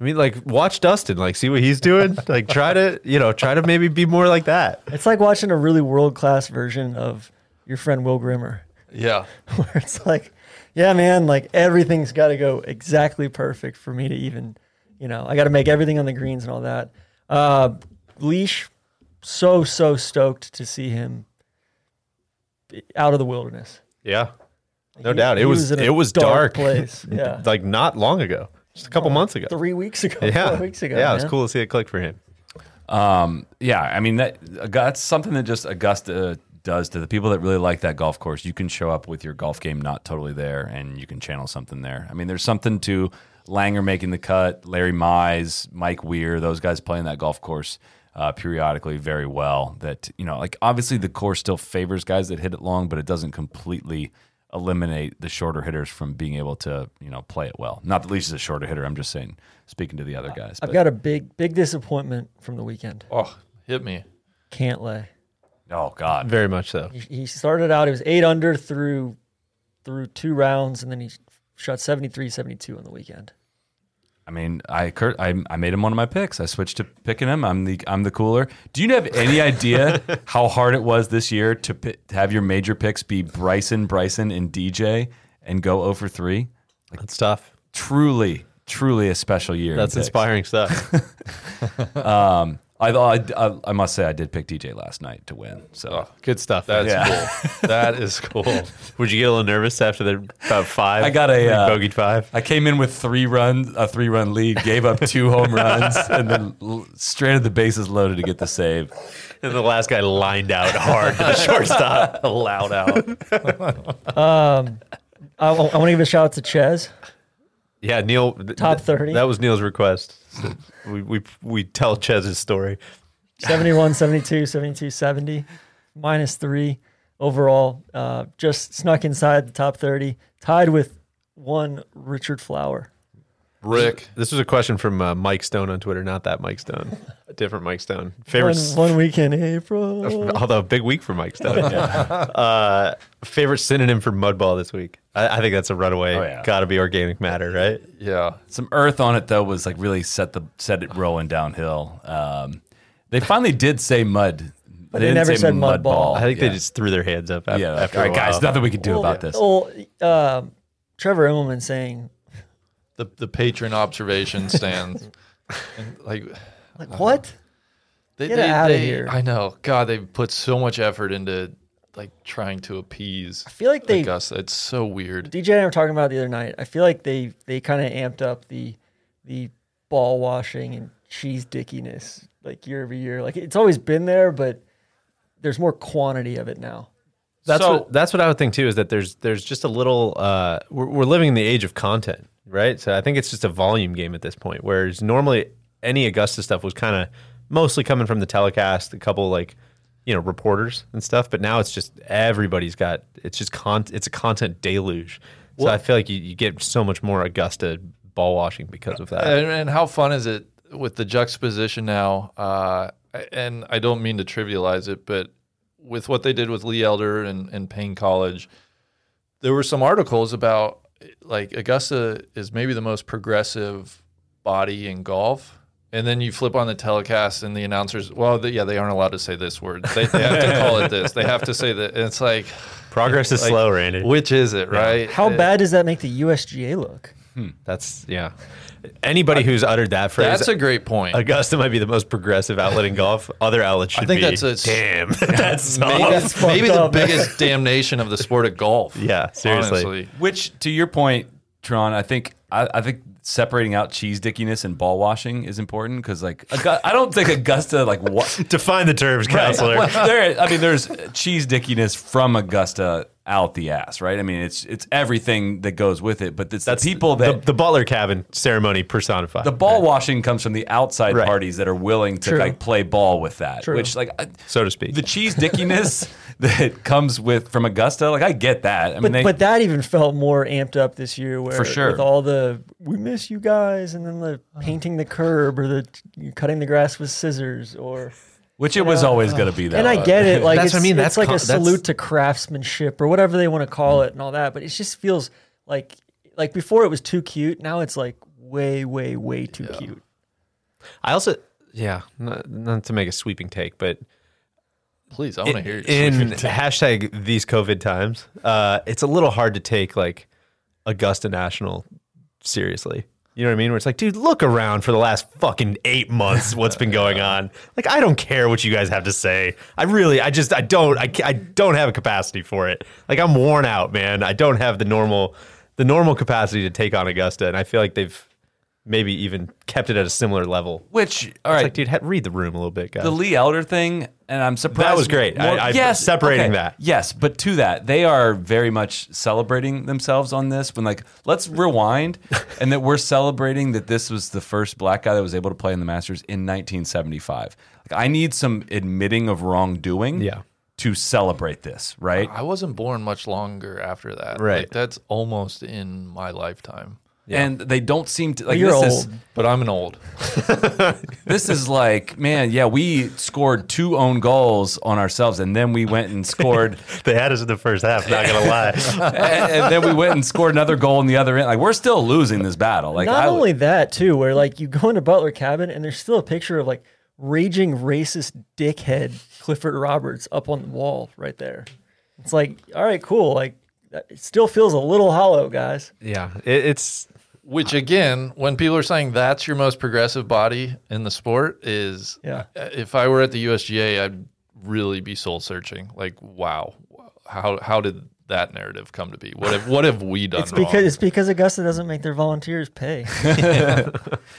I mean, like watch Dustin. Like, see what he's [laughs] doing. like, try to you know try to maybe be more like that.
It's like watching a really world class version of your friend Will Grimmer,
yeah.
[laughs] where it's like, yeah, man, like everything's got to go exactly perfect for me to even, you know, I got to make everything on the greens and all that. Uh, Leash, so, so stoked to see him out of the wilderness.
Yeah, no
He-
doubt. It
he
was,
in a
it was dark. [laughs]
place. Yeah.
like not long ago, just a couple months ago.
Three weeks ago. [laughs]
yeah,
Four weeks ago.
Yeah, it was
man.
cool to see it click for him.
Um, yeah, I mean that that's something that just Augusta does to the people that really like that golf course. You can show up with your golf game not totally there, and you can channel something there. I mean, there's something to Langer making the cut, Larry Mize, Mike Weir, those guys playing that golf course uh, periodically very well. That you know, like obviously the course still favors guys that hit it long, but it doesn't completely eliminate the shorter hitters from being able to you know play it well. Not that Leach is a shorter hitter. I'm just saying, speaking to the other guys.
Uh, I've
but-
got a big, big disappointment from the weekend.
[laughs] Oh, hit me.
Can't lay.
oh God.
Very much so.
he, he started out he was eight under through through two rounds and then he shot 73 72 on the weekend
I mean, I, cur- I I made him one of my picks. I switched to picking him. I'm the I'm the cooler. Do you have any idea how hard it was this year to, pi- to have your major picks be Bryson, Bryson, and DJ and go over three?
That's tough.
Truly, truly a special year. in
That's
picks.
inspiring stuff.
I, I I- I must say I did pick DJ last night to win. So
[laughs] Good stuff.
That's
Yeah.
cool. That is cool.
Would you get a little nervous after the about five?
I got a,
like
uh,
bogeyed five.
[laughs] I came in with three runs, a three run lead, gave up two home runs, and then l- stranded the bases loaded to get the save.
And the last guy lined out hard [laughs] to the shortstop, loud out.
i, want to give a shout out to chez
Yeah, Neil. th-
Top
th-
30.
That was Neil's request. So we, we we tell Chez's story.
71 72 72 70 minus three overall uh, just snuck inside the top 30 tied with one richard flower
Rick.
This was a question from uh, Mike Stone on Twitter. Not that Mike Stone, a different Mike Stone.
one,
Favorite. s-
one week in april
[laughs] Although a big week for
[laughs]
Mike Stone. [laughs] uh, favorite synonym for mudball this week? I, I think that's a runaway.
Oh, yeah.
Got to be organic matter, right?
Yeah.
some earth on it though was like really set the set it rolling downhill. Um, they finally did say mud, but
they never said mud ball.
I think
yeah.
they just threw their hands up. af-
yeah.
after
all
a
right, guys,
while.
nothing we can do about this.
well uh, trevor immelman saying
The the patron observation stands. [laughs] and like
like what
They,
Get outta
they-
here.
I know. God, they put so much effort into like trying to appease. I
feel like they-
Augusta. It's so weird.
DJ and I were talking about it the other night. I feel like they they kind of amped up the the ball washing and cheese dickiness like year over year. Like it's always been there, but there's more quantity of it now.
That's
So-
what that's what I would think too. Is that there's there's just a little uh, we're, we're living in the age of content, right? So I think it's just a volume game at this point. Whereas normally any Augusta stuff was kind of mostly coming from the telecast, a couple like you know reporters and stuff. But now it's just everybody's got it's just con it's a content deluge. So I feel like you, you get so much more Augusta ball washing because of that.
And, and how fun is it with the juxtaposition now? Uh, and I don't mean to trivialize it, but with what they did with Lee Elder and, and Payne College, there were some articles about like Augusta is maybe the most progressive body in golf. And then you flip on the telecast and
[laughs]
the announcers, well, they, yeah, they aren't allowed to say this word. They, they have to call it this. They have to say that. And it's like,
Progress is
Like,
slow, Randy.
Which is it, right? Uh,
How
It-
bad does that make the USGA look?
That's yeah. Anybody who's uttered that phrase,
That's a great point.
Augusta might be the most progressive outlet in golf. Other outlets should
I think
be.
that's
[laughs]
a-
damn. that's
maybe
awful.
that's fucked
Oh. [laughs] maybe the
up.
biggest damnation of the sport of
[laughs]
golf.
Yeah, seriously.
honestly.
Which, to your point, Tron, I think I, I think separating out cheese dickiness and ball washing is important because, like, Augu- I don't think Augusta like
[laughs]
what.
define the terms, counselor.
Well, there, I mean, there's cheese dickiness from Augusta out the ass, right? I mean, it's it's everything that goes with it, but it's
That's
the people that
the, the Butler cabin ceremony personified.
The ball washing comes from the outside
Right.
parties that are willing to
True.
like play ball with that, which like I-
So to speak.
the cheese
[laughs]
dickiness that comes with from Augusta. Like I get that. I mean,
But,
they,
but that even felt more amped up this year, where
For sure. Uh-huh.
with all the "we miss you guys" and then the painting the curb or the you cutting the grass with scissors, or
which it was always going to be that.
and I
way.
get
[laughs]
it, like
uh, That's what
that's
I
it's,
mean,
That's
that's
like
con-
a
that's- Mm.
salute to craftsmanship or whatever they want to call it and all that. But it just feels like like before it was too cute. Now it's like way, way, way too cute.
I also, yeah, not, not to make a sweeping take, but
Please, I want to hear
in,
your
hashtag these COVID times, uh, it's a little hard to take like Augusta National seriously. You know what I mean? Where it's like, dude, look around for the last fucking eight months. What's been going on? Like, I don't care what you guys have to say. I really, I just, I don't, I, ca- I don't have a capacity for it. Like, I'm worn out, man. I don't have the normal, the normal capacity to take on Augusta, and I feel like they've maybe even kept it at a similar level
Which all right,
It's like, dude, ha- read the room a little bit, guys.
the Lee Elder thing, and I'm surprised
was great. I- I- separating that.
Yes, but to that, they are very much celebrating themselves on this. When like, let's
[laughs]
rewind, and that we're celebrating that this was the first black guy that was able to play in the Masters in 1975. Like, I need some admitting of wrongdoing.
Yeah. Uh,
To celebrate this, right?
[laughs] I wasn't born much longer after that.
Right.
Like, that's almost in my lifetime.
And they don't seem to like
You're
this is
old.
But I'm an old.
[laughs] this is like man yeah we scored two own goals on ourselves and then we went and scored
[laughs] [laughs] they had us in the first half. Not gonna lie.
and, and then we went and scored another goal in the other end. Like we're still losing this battle. Like
Not
I,
only that, too, where like you go into Butler Cabin and there's still a picture of like raging racist dickhead Clifford Roberts up on the wall right there. It's like, all right, cool. Like that- it still feels a little hollow, guys.
yeah, it, it's
Which again, when people are saying that's your most progressive body in the sport, is uh,
Yeah.
If I were at the USGA, I'd really be soul searching. Like, wow, how how did that narrative come to be? What have what have we done
It's
wrong?
because it's because Augusta doesn't make their volunteers pay.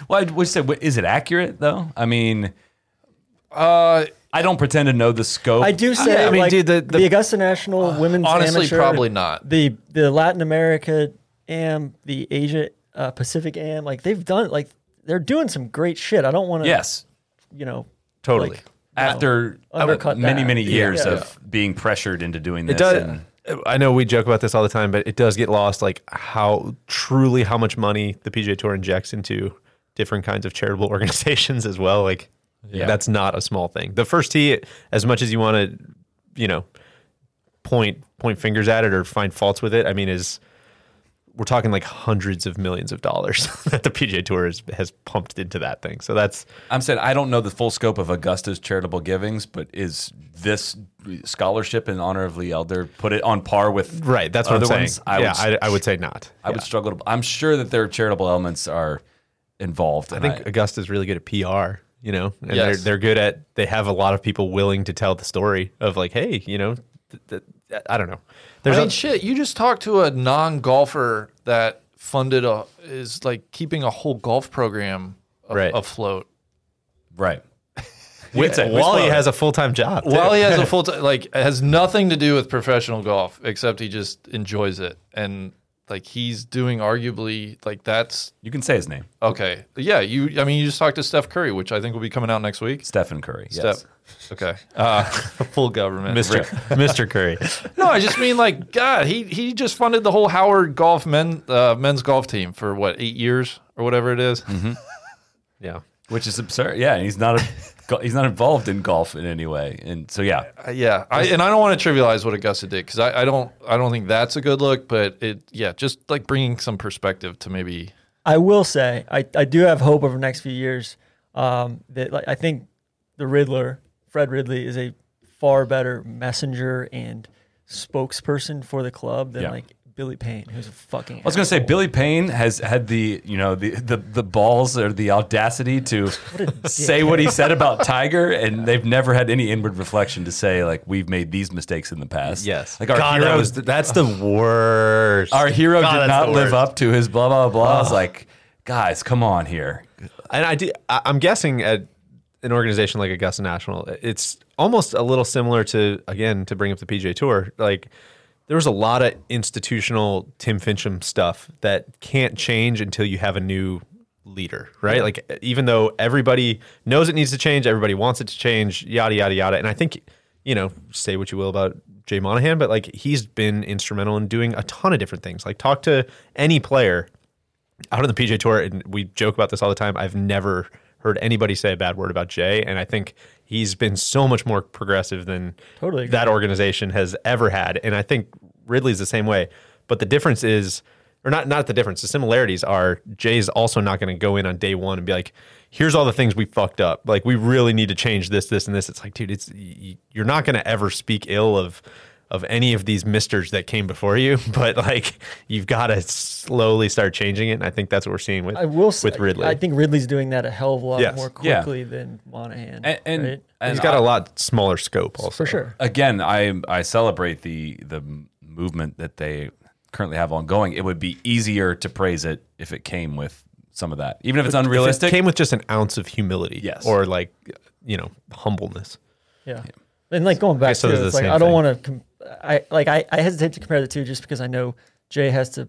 well, I would say, what- is it accurate though? I mean,
uh,
I don't pretend to know the scope.
I do say,
I mean,
like,
dude, the-
the,
the-
Augusta National Women's
honestly,
Amateur,
probably not.
the the Latin America Am, the Asia uh, Pacific Am, like they've done, like they're doing some great shit. I don't want to,
Yes,
you know,
totally.
like,
after
Undercut
many
that.
many
Yeah.
years
Yeah.
of being pressured into doing this.
it does.
and-
I know we joke about this all the time, but it does get lost. Like how truly how much money the PGA Tour injects into different kinds of charitable [laughs] organizations as well. Like that's not a small thing. The first tee, as much as you want to, you know, point point fingers at it or find faults with it. I mean, is we're talking like hundreds of millions of dollars [laughs] that the PGA Tour has, has pumped into that thing. So that's
I'm saying I don't know the full scope of Augusta's charitable givings, but is this scholarship in honor of Lee Elder put it on par with
Right. That's what I'm
other
saying.
ones? I
yeah,
would,
I, I would say not.
I would struggle to. I'm sure that their charitable elements are involved.
I think Augusta's really good at PR, you know, and
Yes.
they're, they're good at, they have a lot of people willing to tell the story of like, hey, you know, th- th- th- I don't know. There's
I mean,
a-
shit. You just talked to a non-golfer that funded a is like keeping a whole golf program a-
Right.
afloat.
right.
Wally has a full time job. too.
Wally [laughs] has a full time, like, it has nothing to do with professional golf except he just enjoys it. And, like, he's doing arguably, like, that's
You can say his name,
okay. Yeah. You, I mean, you just talked to Steph Curry, which I think will be coming out next week.
Stephen Curry. Yes.
Steph. Okay. Uh, full government.
Mr. Mr. Curry.
No, I just mean, like, God, he, he just funded the whole Howard golf men, uh, men's golf team for what, eight years or whatever it is?
Yeah.
[laughs] which is absurd. Yeah, and he's not a, go- he's not involved in golf in any way, and so yeah,
Uh, yeah, I, and I don't want to trivialize what Augusta did because I, I don't I don't think that's a good look, but it yeah, just like bringing some perspective to maybe
I will say I, I do have hope over the next few years um, that like, I think the Riddler, Fred Ridley, is a far better messenger and spokesperson for the club than
Yeah.
like Billy Payne, who's a fucking.
I was going to say Billy Payne has had the you know the the, the balls or the audacity to say what he said about Tiger, and they've never had any inward reflection to say like we've made these mistakes in the past.
Yes.
like our
God,
hero,
that was, that's the worst.
our hero
God,
did
that's
not
the
live
worst.
up to his blah blah blah. It's like guys, come on here.
And I do. I, I'm guessing at an organization like Augusta National, it's almost a little similar to again to bring up the PJ Tour. Like there was a lot of institutional Tim Fincham stuff that can't change until you have a new leader, right? Like even though everybody knows it needs to change, everybody wants it to change, yada yada yada. And I think you know, say what you will about Jay Monahan, but like he's been instrumental in doing a ton of different things. Like talk to any player out on the PJ Tour, and we joke about this all the time. I've never heard anybody say a bad word about Jay, and I think he's been so much more progressive than
Totally agree.
that organization has ever had. And I think Ridley's the same way, but the difference is, or not, not the difference. The similarities are Jay's also not going to go in on day one and be like, "Here's all the things we fucked up. Like we really need to change this, this, and this." It's like, dude, it's y- you're not going to ever speak ill of of any of these misters that came before you, [laughs] but like you've got to slowly start changing it. And I think that's what we're seeing with
I will say,
with Ridley.
I think Ridley's doing that a hell of a lot
Yes.
more
Yeah.
quickly than Monahan.
And and,
right?
and
he's got
I-
a lot smaller scope also.
for sure.
again, I I celebrate the the movement that they currently have ongoing. It would be easier to praise it if it came with some of that, even if it's
If
unrealistic.
it came with just an ounce of humility,
Yes.
or like you know humbleness.
Yeah. And like going back
guess
to
those are the
it's like
same
I don't
thing.
want to com- I like I, I hesitate to compare the two just because I know Jay has to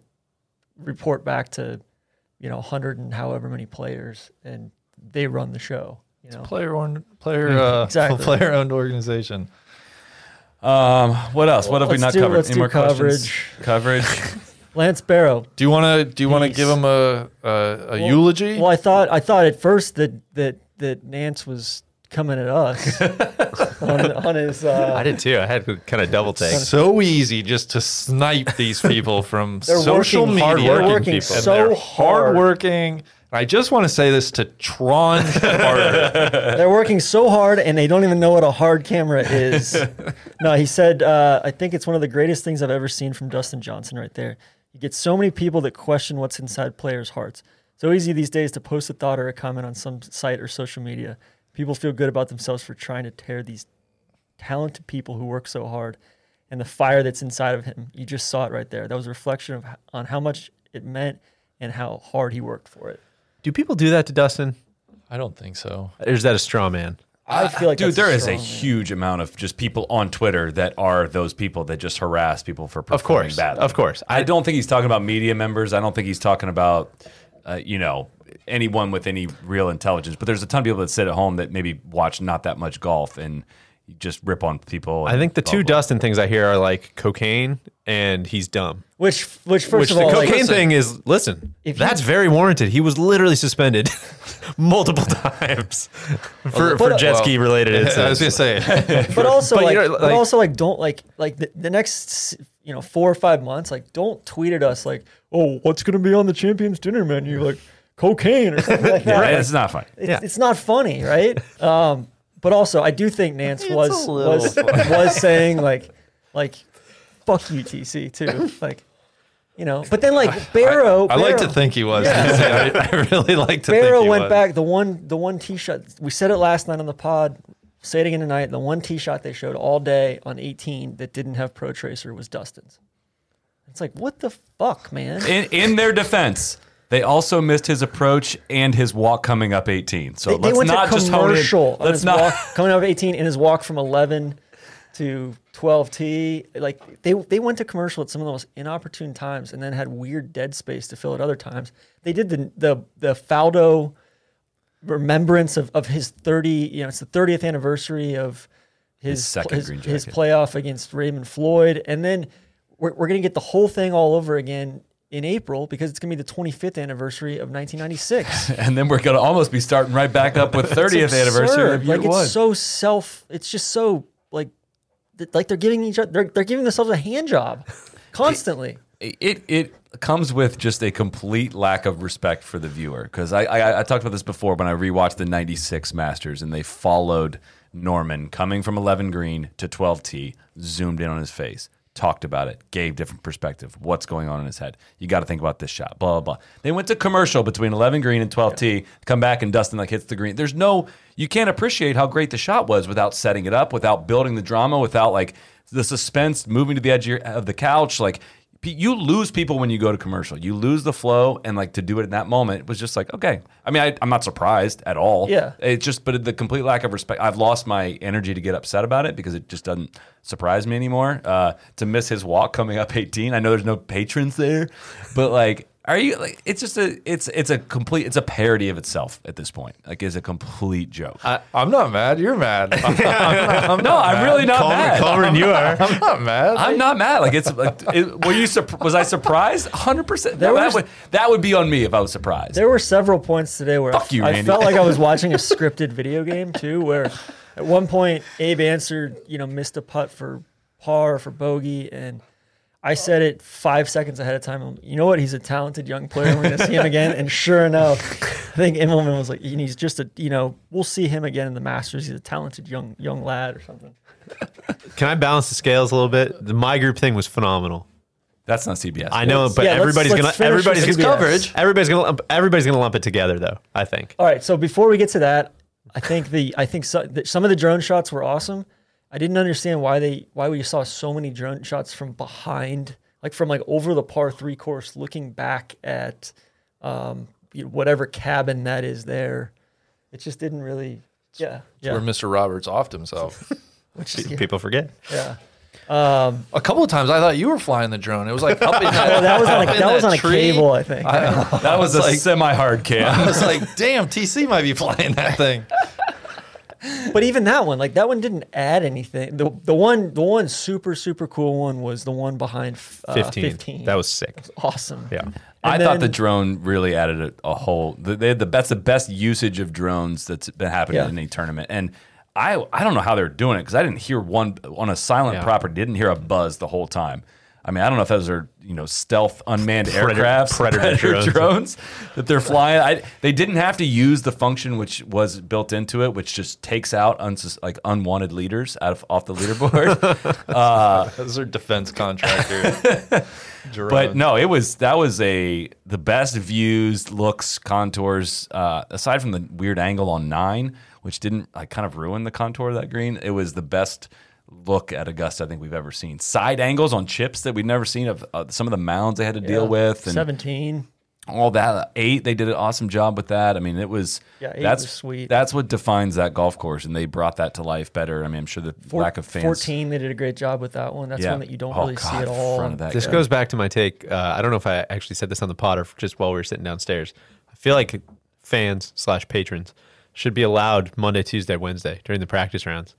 report back to you know 100 and however many players and they run the show, you know.
Player owned, player, uh,
Mm-hmm. Exactly.
[laughs] player owned organization.
um, what else? What have we
Let's
not
do-
covered?
let's
Any
do
more questions? Coverage.
Lance Barrow.
Do you want to? Do you want to
Peace.
give him a a, a eulogy?
Well, I thought I thought at first that that that Nance was coming at
[laughs]
us on, on his uh,
I did too. I had to kind of double take.
so easy just to snipe these people from
[laughs] They're
social
working-
media.
they're working
people.
And
so
they're
hard.
hardworking. I just want to say this to
[laughs]
Tron Carter.
They're working so hard and they don't even know what a hard camera
[laughs]
is. no, he said, uh, I think it's one of the greatest things I've ever seen from Dustin Johnson right there. You get so many people that question what's inside players' hearts. So easy these days to post a thought or a comment on some site or social media. People feel good about themselves for trying to tear these talented people who work so hard and the fire that's inside of him. You just saw it right there. That was a reflection of, on how much it meant and how hard he worked for it.
Do people do that to Dustin?
I don't think so.
Or is that a straw man?
I feel like
Uh, Dude,
that's a
there is a
strong man.
huge amount of just people on Twitter that are those people that just harass people for performing
Of course,
badly.
of course.
I don't think he's talking about media members. I don't think he's talking about, uh, you know, anyone with any real intelligence. But there's a ton of people that sit at home that maybe watch not that much golf and just rip on people.
I think the two
does.
Dustin things I hear are like cocaine and he's dumb.
Which, which first
Which
of
the
all, like-
cocaine thing is, listen,
If
that's
you-
very warranted. He was literally suspended [laughs] multiple times [laughs] for, for
but-
jet ski [laughs] related
I was
incidents.
gonna say
but also
But
like,
you know,
but
like-
also like don't like like the, the next you know four or five months like don't tweet at us like oh what's gonna be on the champions dinner menu like cocaine or something like that
Right?
Like,
It's not fun.
it's, it's not funny right um but also i do think nance was was [laughs] was saying like like fuck you tc too like you know but then like barrow
I like to
Barrow-
think he was. [laughs] I, I really like to
Barrow
think he
went
was.
back. The one, the one tee shot. We said it last night on the pod. Say it again tonight. The one tee shot they showed all day on 18 that didn't have Pro Tracer was Dustin's. It's like what the fuck, man.
In, in their defense, they also missed his approach and his walk coming up 18. So
they, they
let's
went
not
to
just hone
commercial.
in.
on
Let's
his
not.
walk, coming out of 18 in his walk from 11 to 12T. Like they they went to commercial at some of the most inopportune times, and then had weird dead space to fill at other times. They did the the the Faldo remembrance of, of his 30. You know, it's the 30th anniversary of his
His second
his,
green
his
jacket.
playoff against Raymond Floyd, and then we're, we're gonna get the whole thing all over again. In April, because it's gonna be the 25th anniversary of 1996.
[laughs] And then we're going to almost be starting right back up with 30th
It's
anniversary of
absurd.
year
like
one.
it's so self it's just so like th- like they're giving each other they're, they're giving themselves a
[laughs]
hand job constantly
it it comes with just a complete lack of respect for the viewer because I, I I talked about this before when I rewatched the '96 Masters and they followed Norman coming from 11 green to 12 t, zoomed in on his face, talked about it, gave different perspective, what's going on in his head. You got to think about this shot, blah, blah, blah. They went to commercial between 11 green and 12 T, come back and Dustin like hits the green. There's no, you can't appreciate how great the shot was without setting it up, without building the drama, without like the suspense, moving to the edge of, your, of the couch. Like pe- you lose people when you go to commercial. You lose the flow, and like to do it in that moment was just like okay. I mean, I, I'm not surprised at all.
Yeah.
it just but the complete lack of respect. I've lost my energy to get upset about it because it just doesn't surprise me anymore. Uh, to miss his walk coming up 18, I know there's no patrons there, but like. Are you like? It's just a. It's it's a complete. It's a parody of itself at this point. Like, it's a complete joke.
I, I'm not mad. You're mad. [laughs] I'm, not, I'm
no,
not
I'm
mad.
really not
Calmer,
mad.
calmer than you are.
I'm not mad.
I'm not mad. Like it's like, it, were you surp- was I surprised? 100. percent
There
That
was-
would that would be on me if I was surprised.
There were several points today where I
Fuck
f-
you,
I,
Randy.
felt like I
[laughs]
was watching a scripted video game too, where at one point Abe answered, you know, missed a putt for par for bogey, and I said it five seconds ahead of time. I'm, You know what? He's a talented young player. We're gonna see him again, and sure enough, I think Immelman was like, and he's just a, you know, we'll see him again in the Masters. He's a talented young young lad or something.
Can I balance the scales a little bit? The my group thing was phenomenal.
That's not CBS.
I know,
Let's-
but
yeah, let's-
everybody's
let's
gonna
finish
everybody's
with
gonna
CBS. coverage.
Everybody's gonna lump, everybody's gonna lump it together though. I think.
All right. So before we get to that, I think the I think so, that some of the drone shots were awesome. I didn't understand why they why we saw so many drone shots from behind, like from like over the par three course, looking back at um, you know, whatever cabin that is there. It just didn't really. Yeah.
Where
Yeah.
Mr. Roberts offed himself.
Which is,
People forget.
yeah.
[laughs] A couple of times I thought you were flying the drone. It was like up in that.
That was on a,
up [laughs] in
that was on a
tree.
cable, I think.
that was a semi-hard
[laughs] I
cam.
was like, damn, TC might be flying that thing.
but even that one, like that one didn't add anything. The the one the one super super cool one was the one behind uh,
15.
15.
That was sick.
awesome.
Yeah.
I
And
thought the
then-
drone really added a, a whole. They had the that's the best usage of drones that's been happening
Yeah.
in any tournament. And I I don't know how they were doing it because I didn't hear one on a silent
Yeah.
property. Didn't hear a buzz the whole time. I mean, I don't know if those are you know stealth unmanned
Predator-
aircrafts, [laughs]
predator drones.
drones that they're flying. I, they didn't have to use the function which was built into it, which just takes out unsus- like unwanted leaders out of off the
[laughs]
leaderboard.
[laughs] Those are defense contractor. [laughs] drone.
But no, it was that was a the best views, looks, contours. Uh, aside from the weird angle on nine, which didn't like kind of ruin the contour of that green. It was the best look at Augusta I think we've ever seen. Side angles on chips that we'd never seen of uh, some of the mounds they had to deal with and
Seventeen.
all that. Eight, they did an awesome job with that. I mean, it was
Yeah, eight
that's
was sweet.
That's what defines that golf course, and they brought that to life better. I mean, I'm sure the
Four-
lack of fans.
14, they did a great job with that one. That's one that you don't
Oh,
really see
God,
at all.
Front of that
This
guy.
goes back to my take. Uh, I don't know if I actually said this on the pod or just while we were sitting downstairs. I feel like fans slash patrons should be allowed Monday, Tuesday, Wednesday during the practice rounds.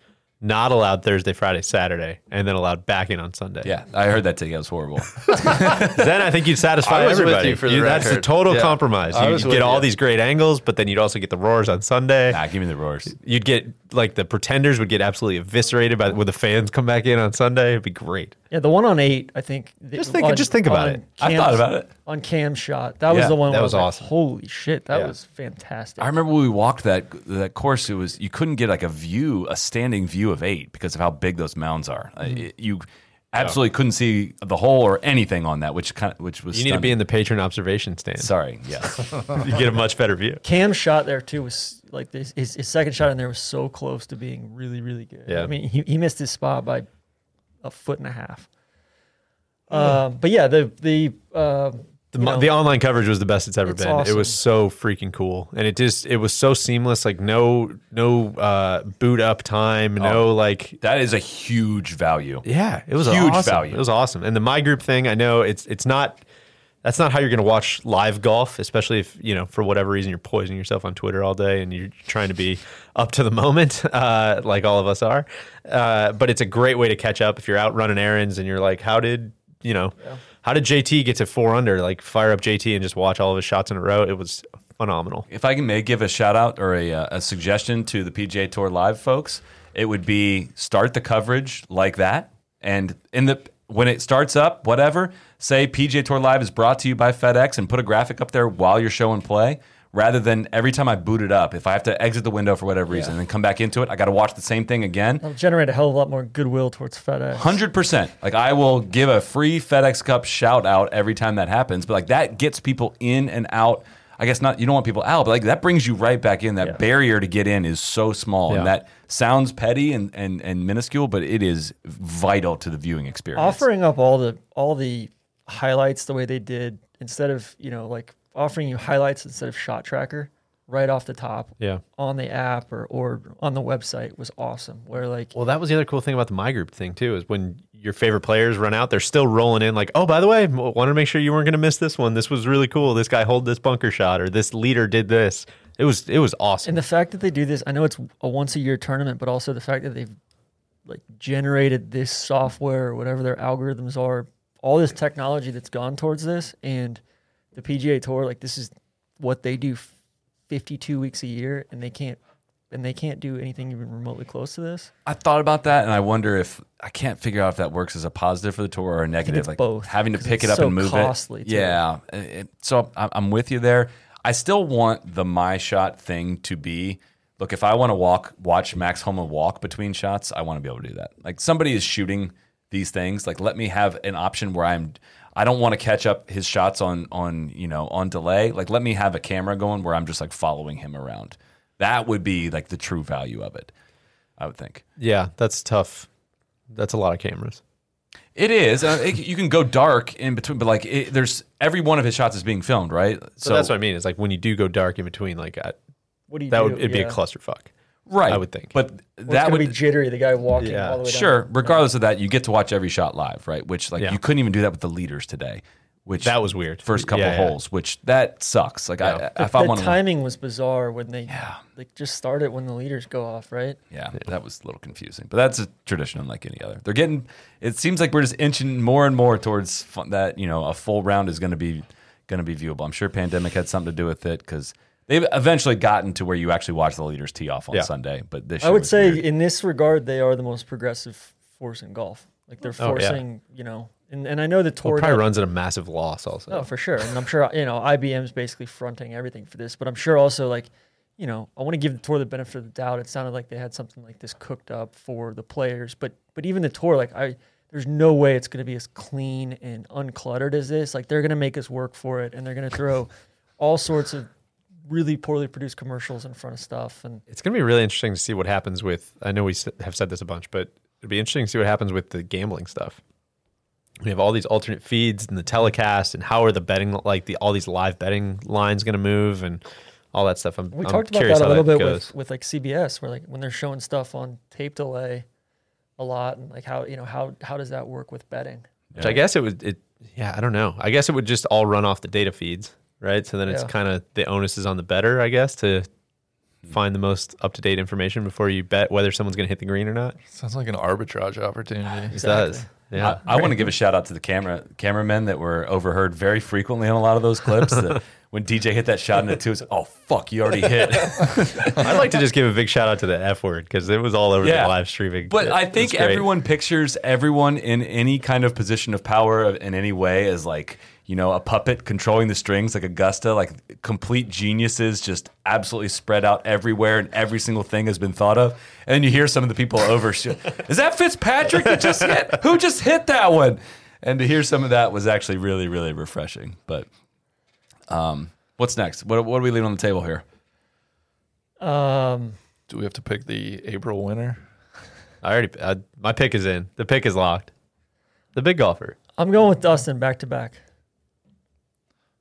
Not allowed Thursday, Friday, Saturday, and then allowed back in on Sunday.
Yeah, I heard that take. It was horrible.
[laughs]
[laughs]
Then I think you'd satisfy
I was with
everybody.
you for the
that's the
record.
total
Yeah.
compromise.
I
You
was
would get
with
all
you.
these great angles, but then you'd also get the roars on Sunday.
nah, give me the roars.
You'd get like the pretenders would get absolutely eviscerated by when the fans come back in on Sunday. It'd be great.
Yeah, the one on eight, I think. th-
Just think- just think about it.
I thought about it.
On cam shot. That
Yeah,
was the one
that
where I
was
was like,
awesome.
Holy shit, that
Yeah.
was fantastic.
I remember when we walked that that course. It was you couldn't get like a view, a standing view of eight because of how big those mounds are. Uh,
Mm-hmm.
it- you absolutely couldn't see the hole or anything on that, which kind of, which was
You need to be in the patron observation stand.
Sorry, yes,
[laughs] you get a much better view.
Cam shot there too was like this. His, his second shot in there was so close to being really, really good.
Yeah.
I mean, he, he missed his spot by a foot and a half. Um, but yeah, the the um
The,
you
mo-
know,
the online coverage was the best it's ever
It's
been. It was so freaking cool, and it just it was so seamless. Like no no uh, boot up time, no
Oh.
like
that is a huge value.
yeah, it was
Huge
awesome.
value.
It was awesome. And the my group thing, I know it's it's not that's not how you're going to watch live golf, especially if you know for whatever reason you're poisoning yourself on Twitter all day and you're trying to be up to the moment, [laughs] uh, like all of us are. Uh, but it's a great way to catch up if you're out running errands and you're like, how did you know, how did JT get to four under? Like fire up JT and just watch all of his shots in a row. It was phenomenal.
if I can may give a shout out or a, uh, a suggestion to the PGA Tour Live folks, it would be start the coverage like that, and in the when it starts up, whatever, say PGA Tour Live is brought to you by FedEx, and put a graphic up there while you're showing play. rather than every time I boot it up, if I have to exit the window for whatever reason and then come back into it, I got to watch the same thing again.
It'll generate a hell of a lot more goodwill towards FedEx.
Hundred percent. Like I will give a free FedEx Cup shout out every time that happens, but like that gets people in and out. I guess not. You don't want people out, but like that brings you right back in. That barrier to get in is so small, and
Yeah.
that sounds petty and and and minuscule, but it is vital to the viewing experience.
offering up all the all the highlights the way they did instead of you know like offering you highlights instead of shot tracker right off the top
Yeah.
on the app or or on the website was awesome where like
Well, that was the other cool thing about the my group thing too is when your favorite players run out, they're still rolling in like, oh, by the way, w- wanted to make sure you weren't going to miss this one. This was really cool. This guy hold this bunker shot or this leader did this. It was it was awesome.
and the fact that they do this i know it's a once a year tournament but also the fact that they've like generated this software or whatever their algorithms are all this technology that's gone towards this and the pga tour like this is what they do 52 weeks a year and they can't and they can't do anything even remotely close to this
I thought about that, and I wonder if I can't figure out if that works as a positive for the tour or a negative.
it's
like
both,
having to
'cause
pick it
it's
up
so
and move
costly,
it.
too.
Yeah, it- it- so I- I'm with you there. I still want the my shot thing to be. Look, if I want to walk, watch Max Homa walk between shots, I want to be able to do that. Like somebody is shooting these things. Like let me have an option where I'm. I don't want to catch up his shots on on you know on delay. Like let me have a camera going where I'm just like following him around. That would be like the true value of it. I would think.
Yeah, that's tough. That's a lot of cameras.
It is. Uh, it, you can go dark in between, but like it, there's every one of his shots is being filmed, right?
So, that's what I mean. It's like when you do go dark in between, like I,
what do you
that
do?
would it'd be a
Yeah.
clusterfuck.
right?
I would think.
but
Well, it's
that
gonna
would
be jittery. The guy walking
Yeah.
all the way down.
sure. Regardless of that, you get to watch every shot live, right? Which like
Yeah.
you couldn't even do that with the leaders today. Which
That was weird.
First couple
Yeah, yeah.
holes, which that sucks. Like
Yeah.
I, if I
The
want to,
timing was bizarre when they like just started when the leaders go off, right?
yeah, that was a little confusing. But that's a tradition unlike any other. They're getting. It seems like we're just inching more and more towards fun, that. You know, a full round is going to be going to be viewable. I'm sure pandemic had something to do with it because. They've eventually gotten to where you actually watch the leaders tee off on
Yeah.
Sunday, but this
I
year
would
was
say
weird.
in this regard, they are the most progressive force in golf. Like they're
Oh, yeah.
forcing, you know, and, and I know the tour
Well, probably
does-
runs at a massive loss also.
Oh, for sure. And I'm sure, you know, IBM's basically fronting everything for this, but I'm sure also like, you know, I want to give the tour the benefit of the doubt. It sounded like they had something like this cooked up for the players, but but even the tour like I there's no way it's going to be as clean and uncluttered as this. Like they're going to make us work for it and they're going to throw all sorts of really poorly produced commercials in front of stuff and
It's going to be really interesting to see what happens with. I know we s- have said this a bunch, but it'd be interesting to see what happens with the gambling stuff. We have all these alternate feeds and the telecast, and how are the betting like the all these live betting lines going to move and all that stuff. I'm
we
I'm
talked about
curious
that a
how
little bit
goes.
with, with like CBS, where like when they're showing stuff on tape delay a lot, and like how you know how how does that work with betting?
Which I guess it would. It yeah, I don't know. I guess it would just all run off the data feeds, right? So then it's
Yeah.
kind of the onus is on the better, I guess, to find the most up to date information before you bet whether someone's going to hit the green or not.
Sounds like an arbitrage opportunity.
It does. Yeah.
I, I want to give a shout out to the camera cameramen that were overheard very frequently on a lot of those clips. that
[laughs]
when DJ hit that shot in the two, it's oh fuck, you already hit. [laughs]
I'd like to just give a big shout out to the F word because it was all over
Yeah.
the live streaming.
But
It-
I
it's
think
great.
everyone pictures everyone in any kind of position of power of- in any way as like, you know, a puppet controlling the strings like Augusta, like complete geniuses just absolutely spread out everywhere and every single thing has been thought of. And then you hear some of the people over [laughs] Is that Fitzpatrick that just hit? Who just hit that one? And to hear some of that was actually really, really refreshing. But um, what's next? What, what are we leaving on the table here?
Um,
Do we have to pick the April winner?
I already I, my pick is in. The pick is locked. The big golfer.
I'm going with Dustin back to back.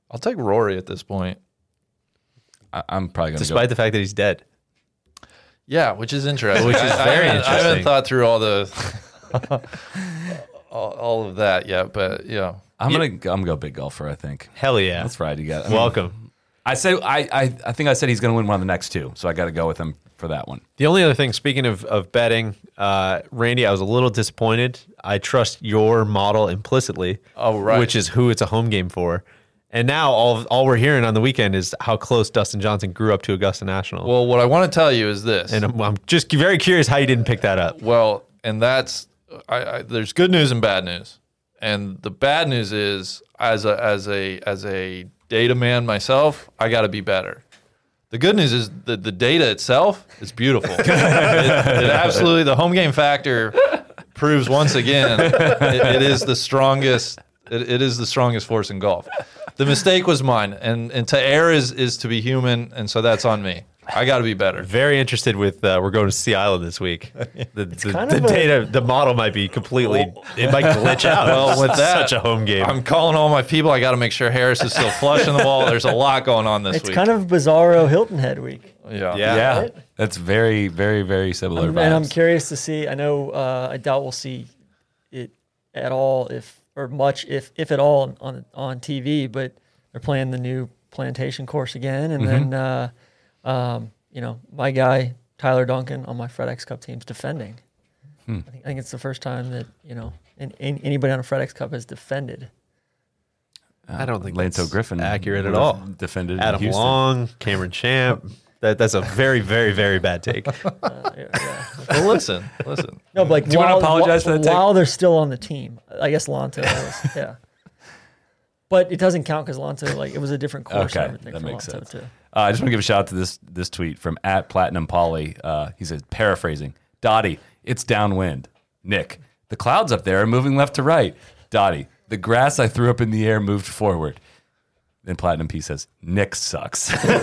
I'll take Rory at this point.
I, I'm probably going to go.
Despite the fact that he's dead,
Yeah, which is interesting.
Which is
[laughs] I- I
very
haven't- I haven't
interesting.
thought through
[laughs]
all the all, all of that yet, but yeah,
I'm going to I'm gonna go big golfer, I think.
hell yeah.
That's right. You got it.
Welcome.
I say I, I I think I said he's going to win one of the next two, so I got to go with him for that one.
The only other thing, speaking of, of betting, uh, Randy, I was a little disappointed. I trust your model implicitly.
Oh, right.
Which is who it's a home game for. And now all all we're hearing on the weekend is how close Dustin Johnson grew up to Augusta National.
Well, what I want to tell you is this.
and I'm, I'm just very curious how you didn't pick that up.
well, and that's I, I, there's good news and bad news, and the bad news is as a as a as a data man myself, I got to be better. The good news is the, the data itself is beautiful. [laughs] it, it absolutely, the home game factor proves once again it- it is the strongest. It, it is the strongest force in golf. The mistake was mine, and and to err is is to be human, and so that's on me. I got to be better.
Very interested with. Uh, we're going to Sea Island this [laughs] week. The, the,
kind
the
of a-
data, the model might be completely. It might [laughs] glitch out.
Well, with
It's
that,
such a home game.
I'm calling all my people. I got to make sure Harris is still flushing the ball. There's a lot going on this
It's
week.
kind of bizarro Hilton head week.
yeah.
yeah.
Yeah, Uh, that's very, very, very similar.
And I'm
vibes.
curious to see. I know uh, I doubt we'll see it at all, if or much, if if at all, on on TV. But they're playing the new plantation course again, and then uh, um, you know my guy Tyler Duncan on my FedEx Cup team's defending. I, think, I think it's the first time that you know an, an, anybody on a FedEx Cup has defended.
I don't think
Lanto
that's
Griffin
accurate at
would
all.
have Defended in
Adam
Houston.
Long, Cameron Champ. That, that's a very, very, very bad [laughs] take.
Uh, Yeah, yeah.
Well, listen, listen.
No, but like
you wanna
while,
apologize
wh-
for that take?
while they're still on the team. I guess Lonto was, [laughs] yeah. But it doesn't count because Lonto, like, it was a different course.
Okay,
and everything
that
for
makes
Lonto,
sense. Uh, I just want to give a shout out to this this tweet from at Platinum Polly. Uh, he says, paraphrasing, Dottie, it's downwind. Nick, the clouds up there are moving left to right. Dottie, the grass I threw up in the air moved forward. Then Platinum P says, Nick sucks. [laughs]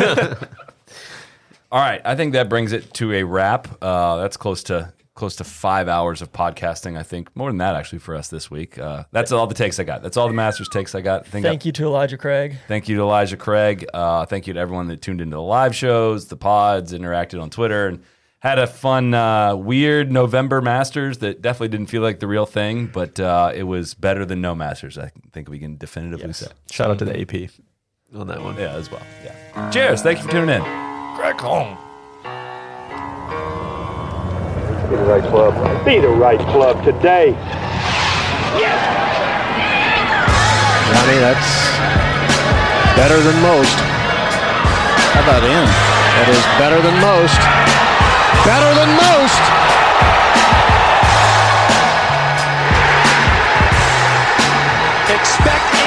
All right, I think that brings it to a wrap. Uh, that's close to close to five hours of podcasting. I think more than that actually for us this week. Uh, that's all the takes I got. That's all the Masters takes I got. I think I-
Thank you to Elijah Craig.
Thank you to Elijah Craig. Uh, thank you to everyone that tuned into the live shows, the pods, interacted on Twitter, and had a fun, uh, weird November Masters that definitely didn't feel like the real thing, but uh, it was better than no Masters. I think we can definitively say.
Shout out to the AP on that one.
Yeah, as well. Yeah. Cheers. Thank you for tuning in.
Crack home.
Be the right club. Be the right club today.
Johnny, that's better than most. How about in? That is better than most. Better than most. Expect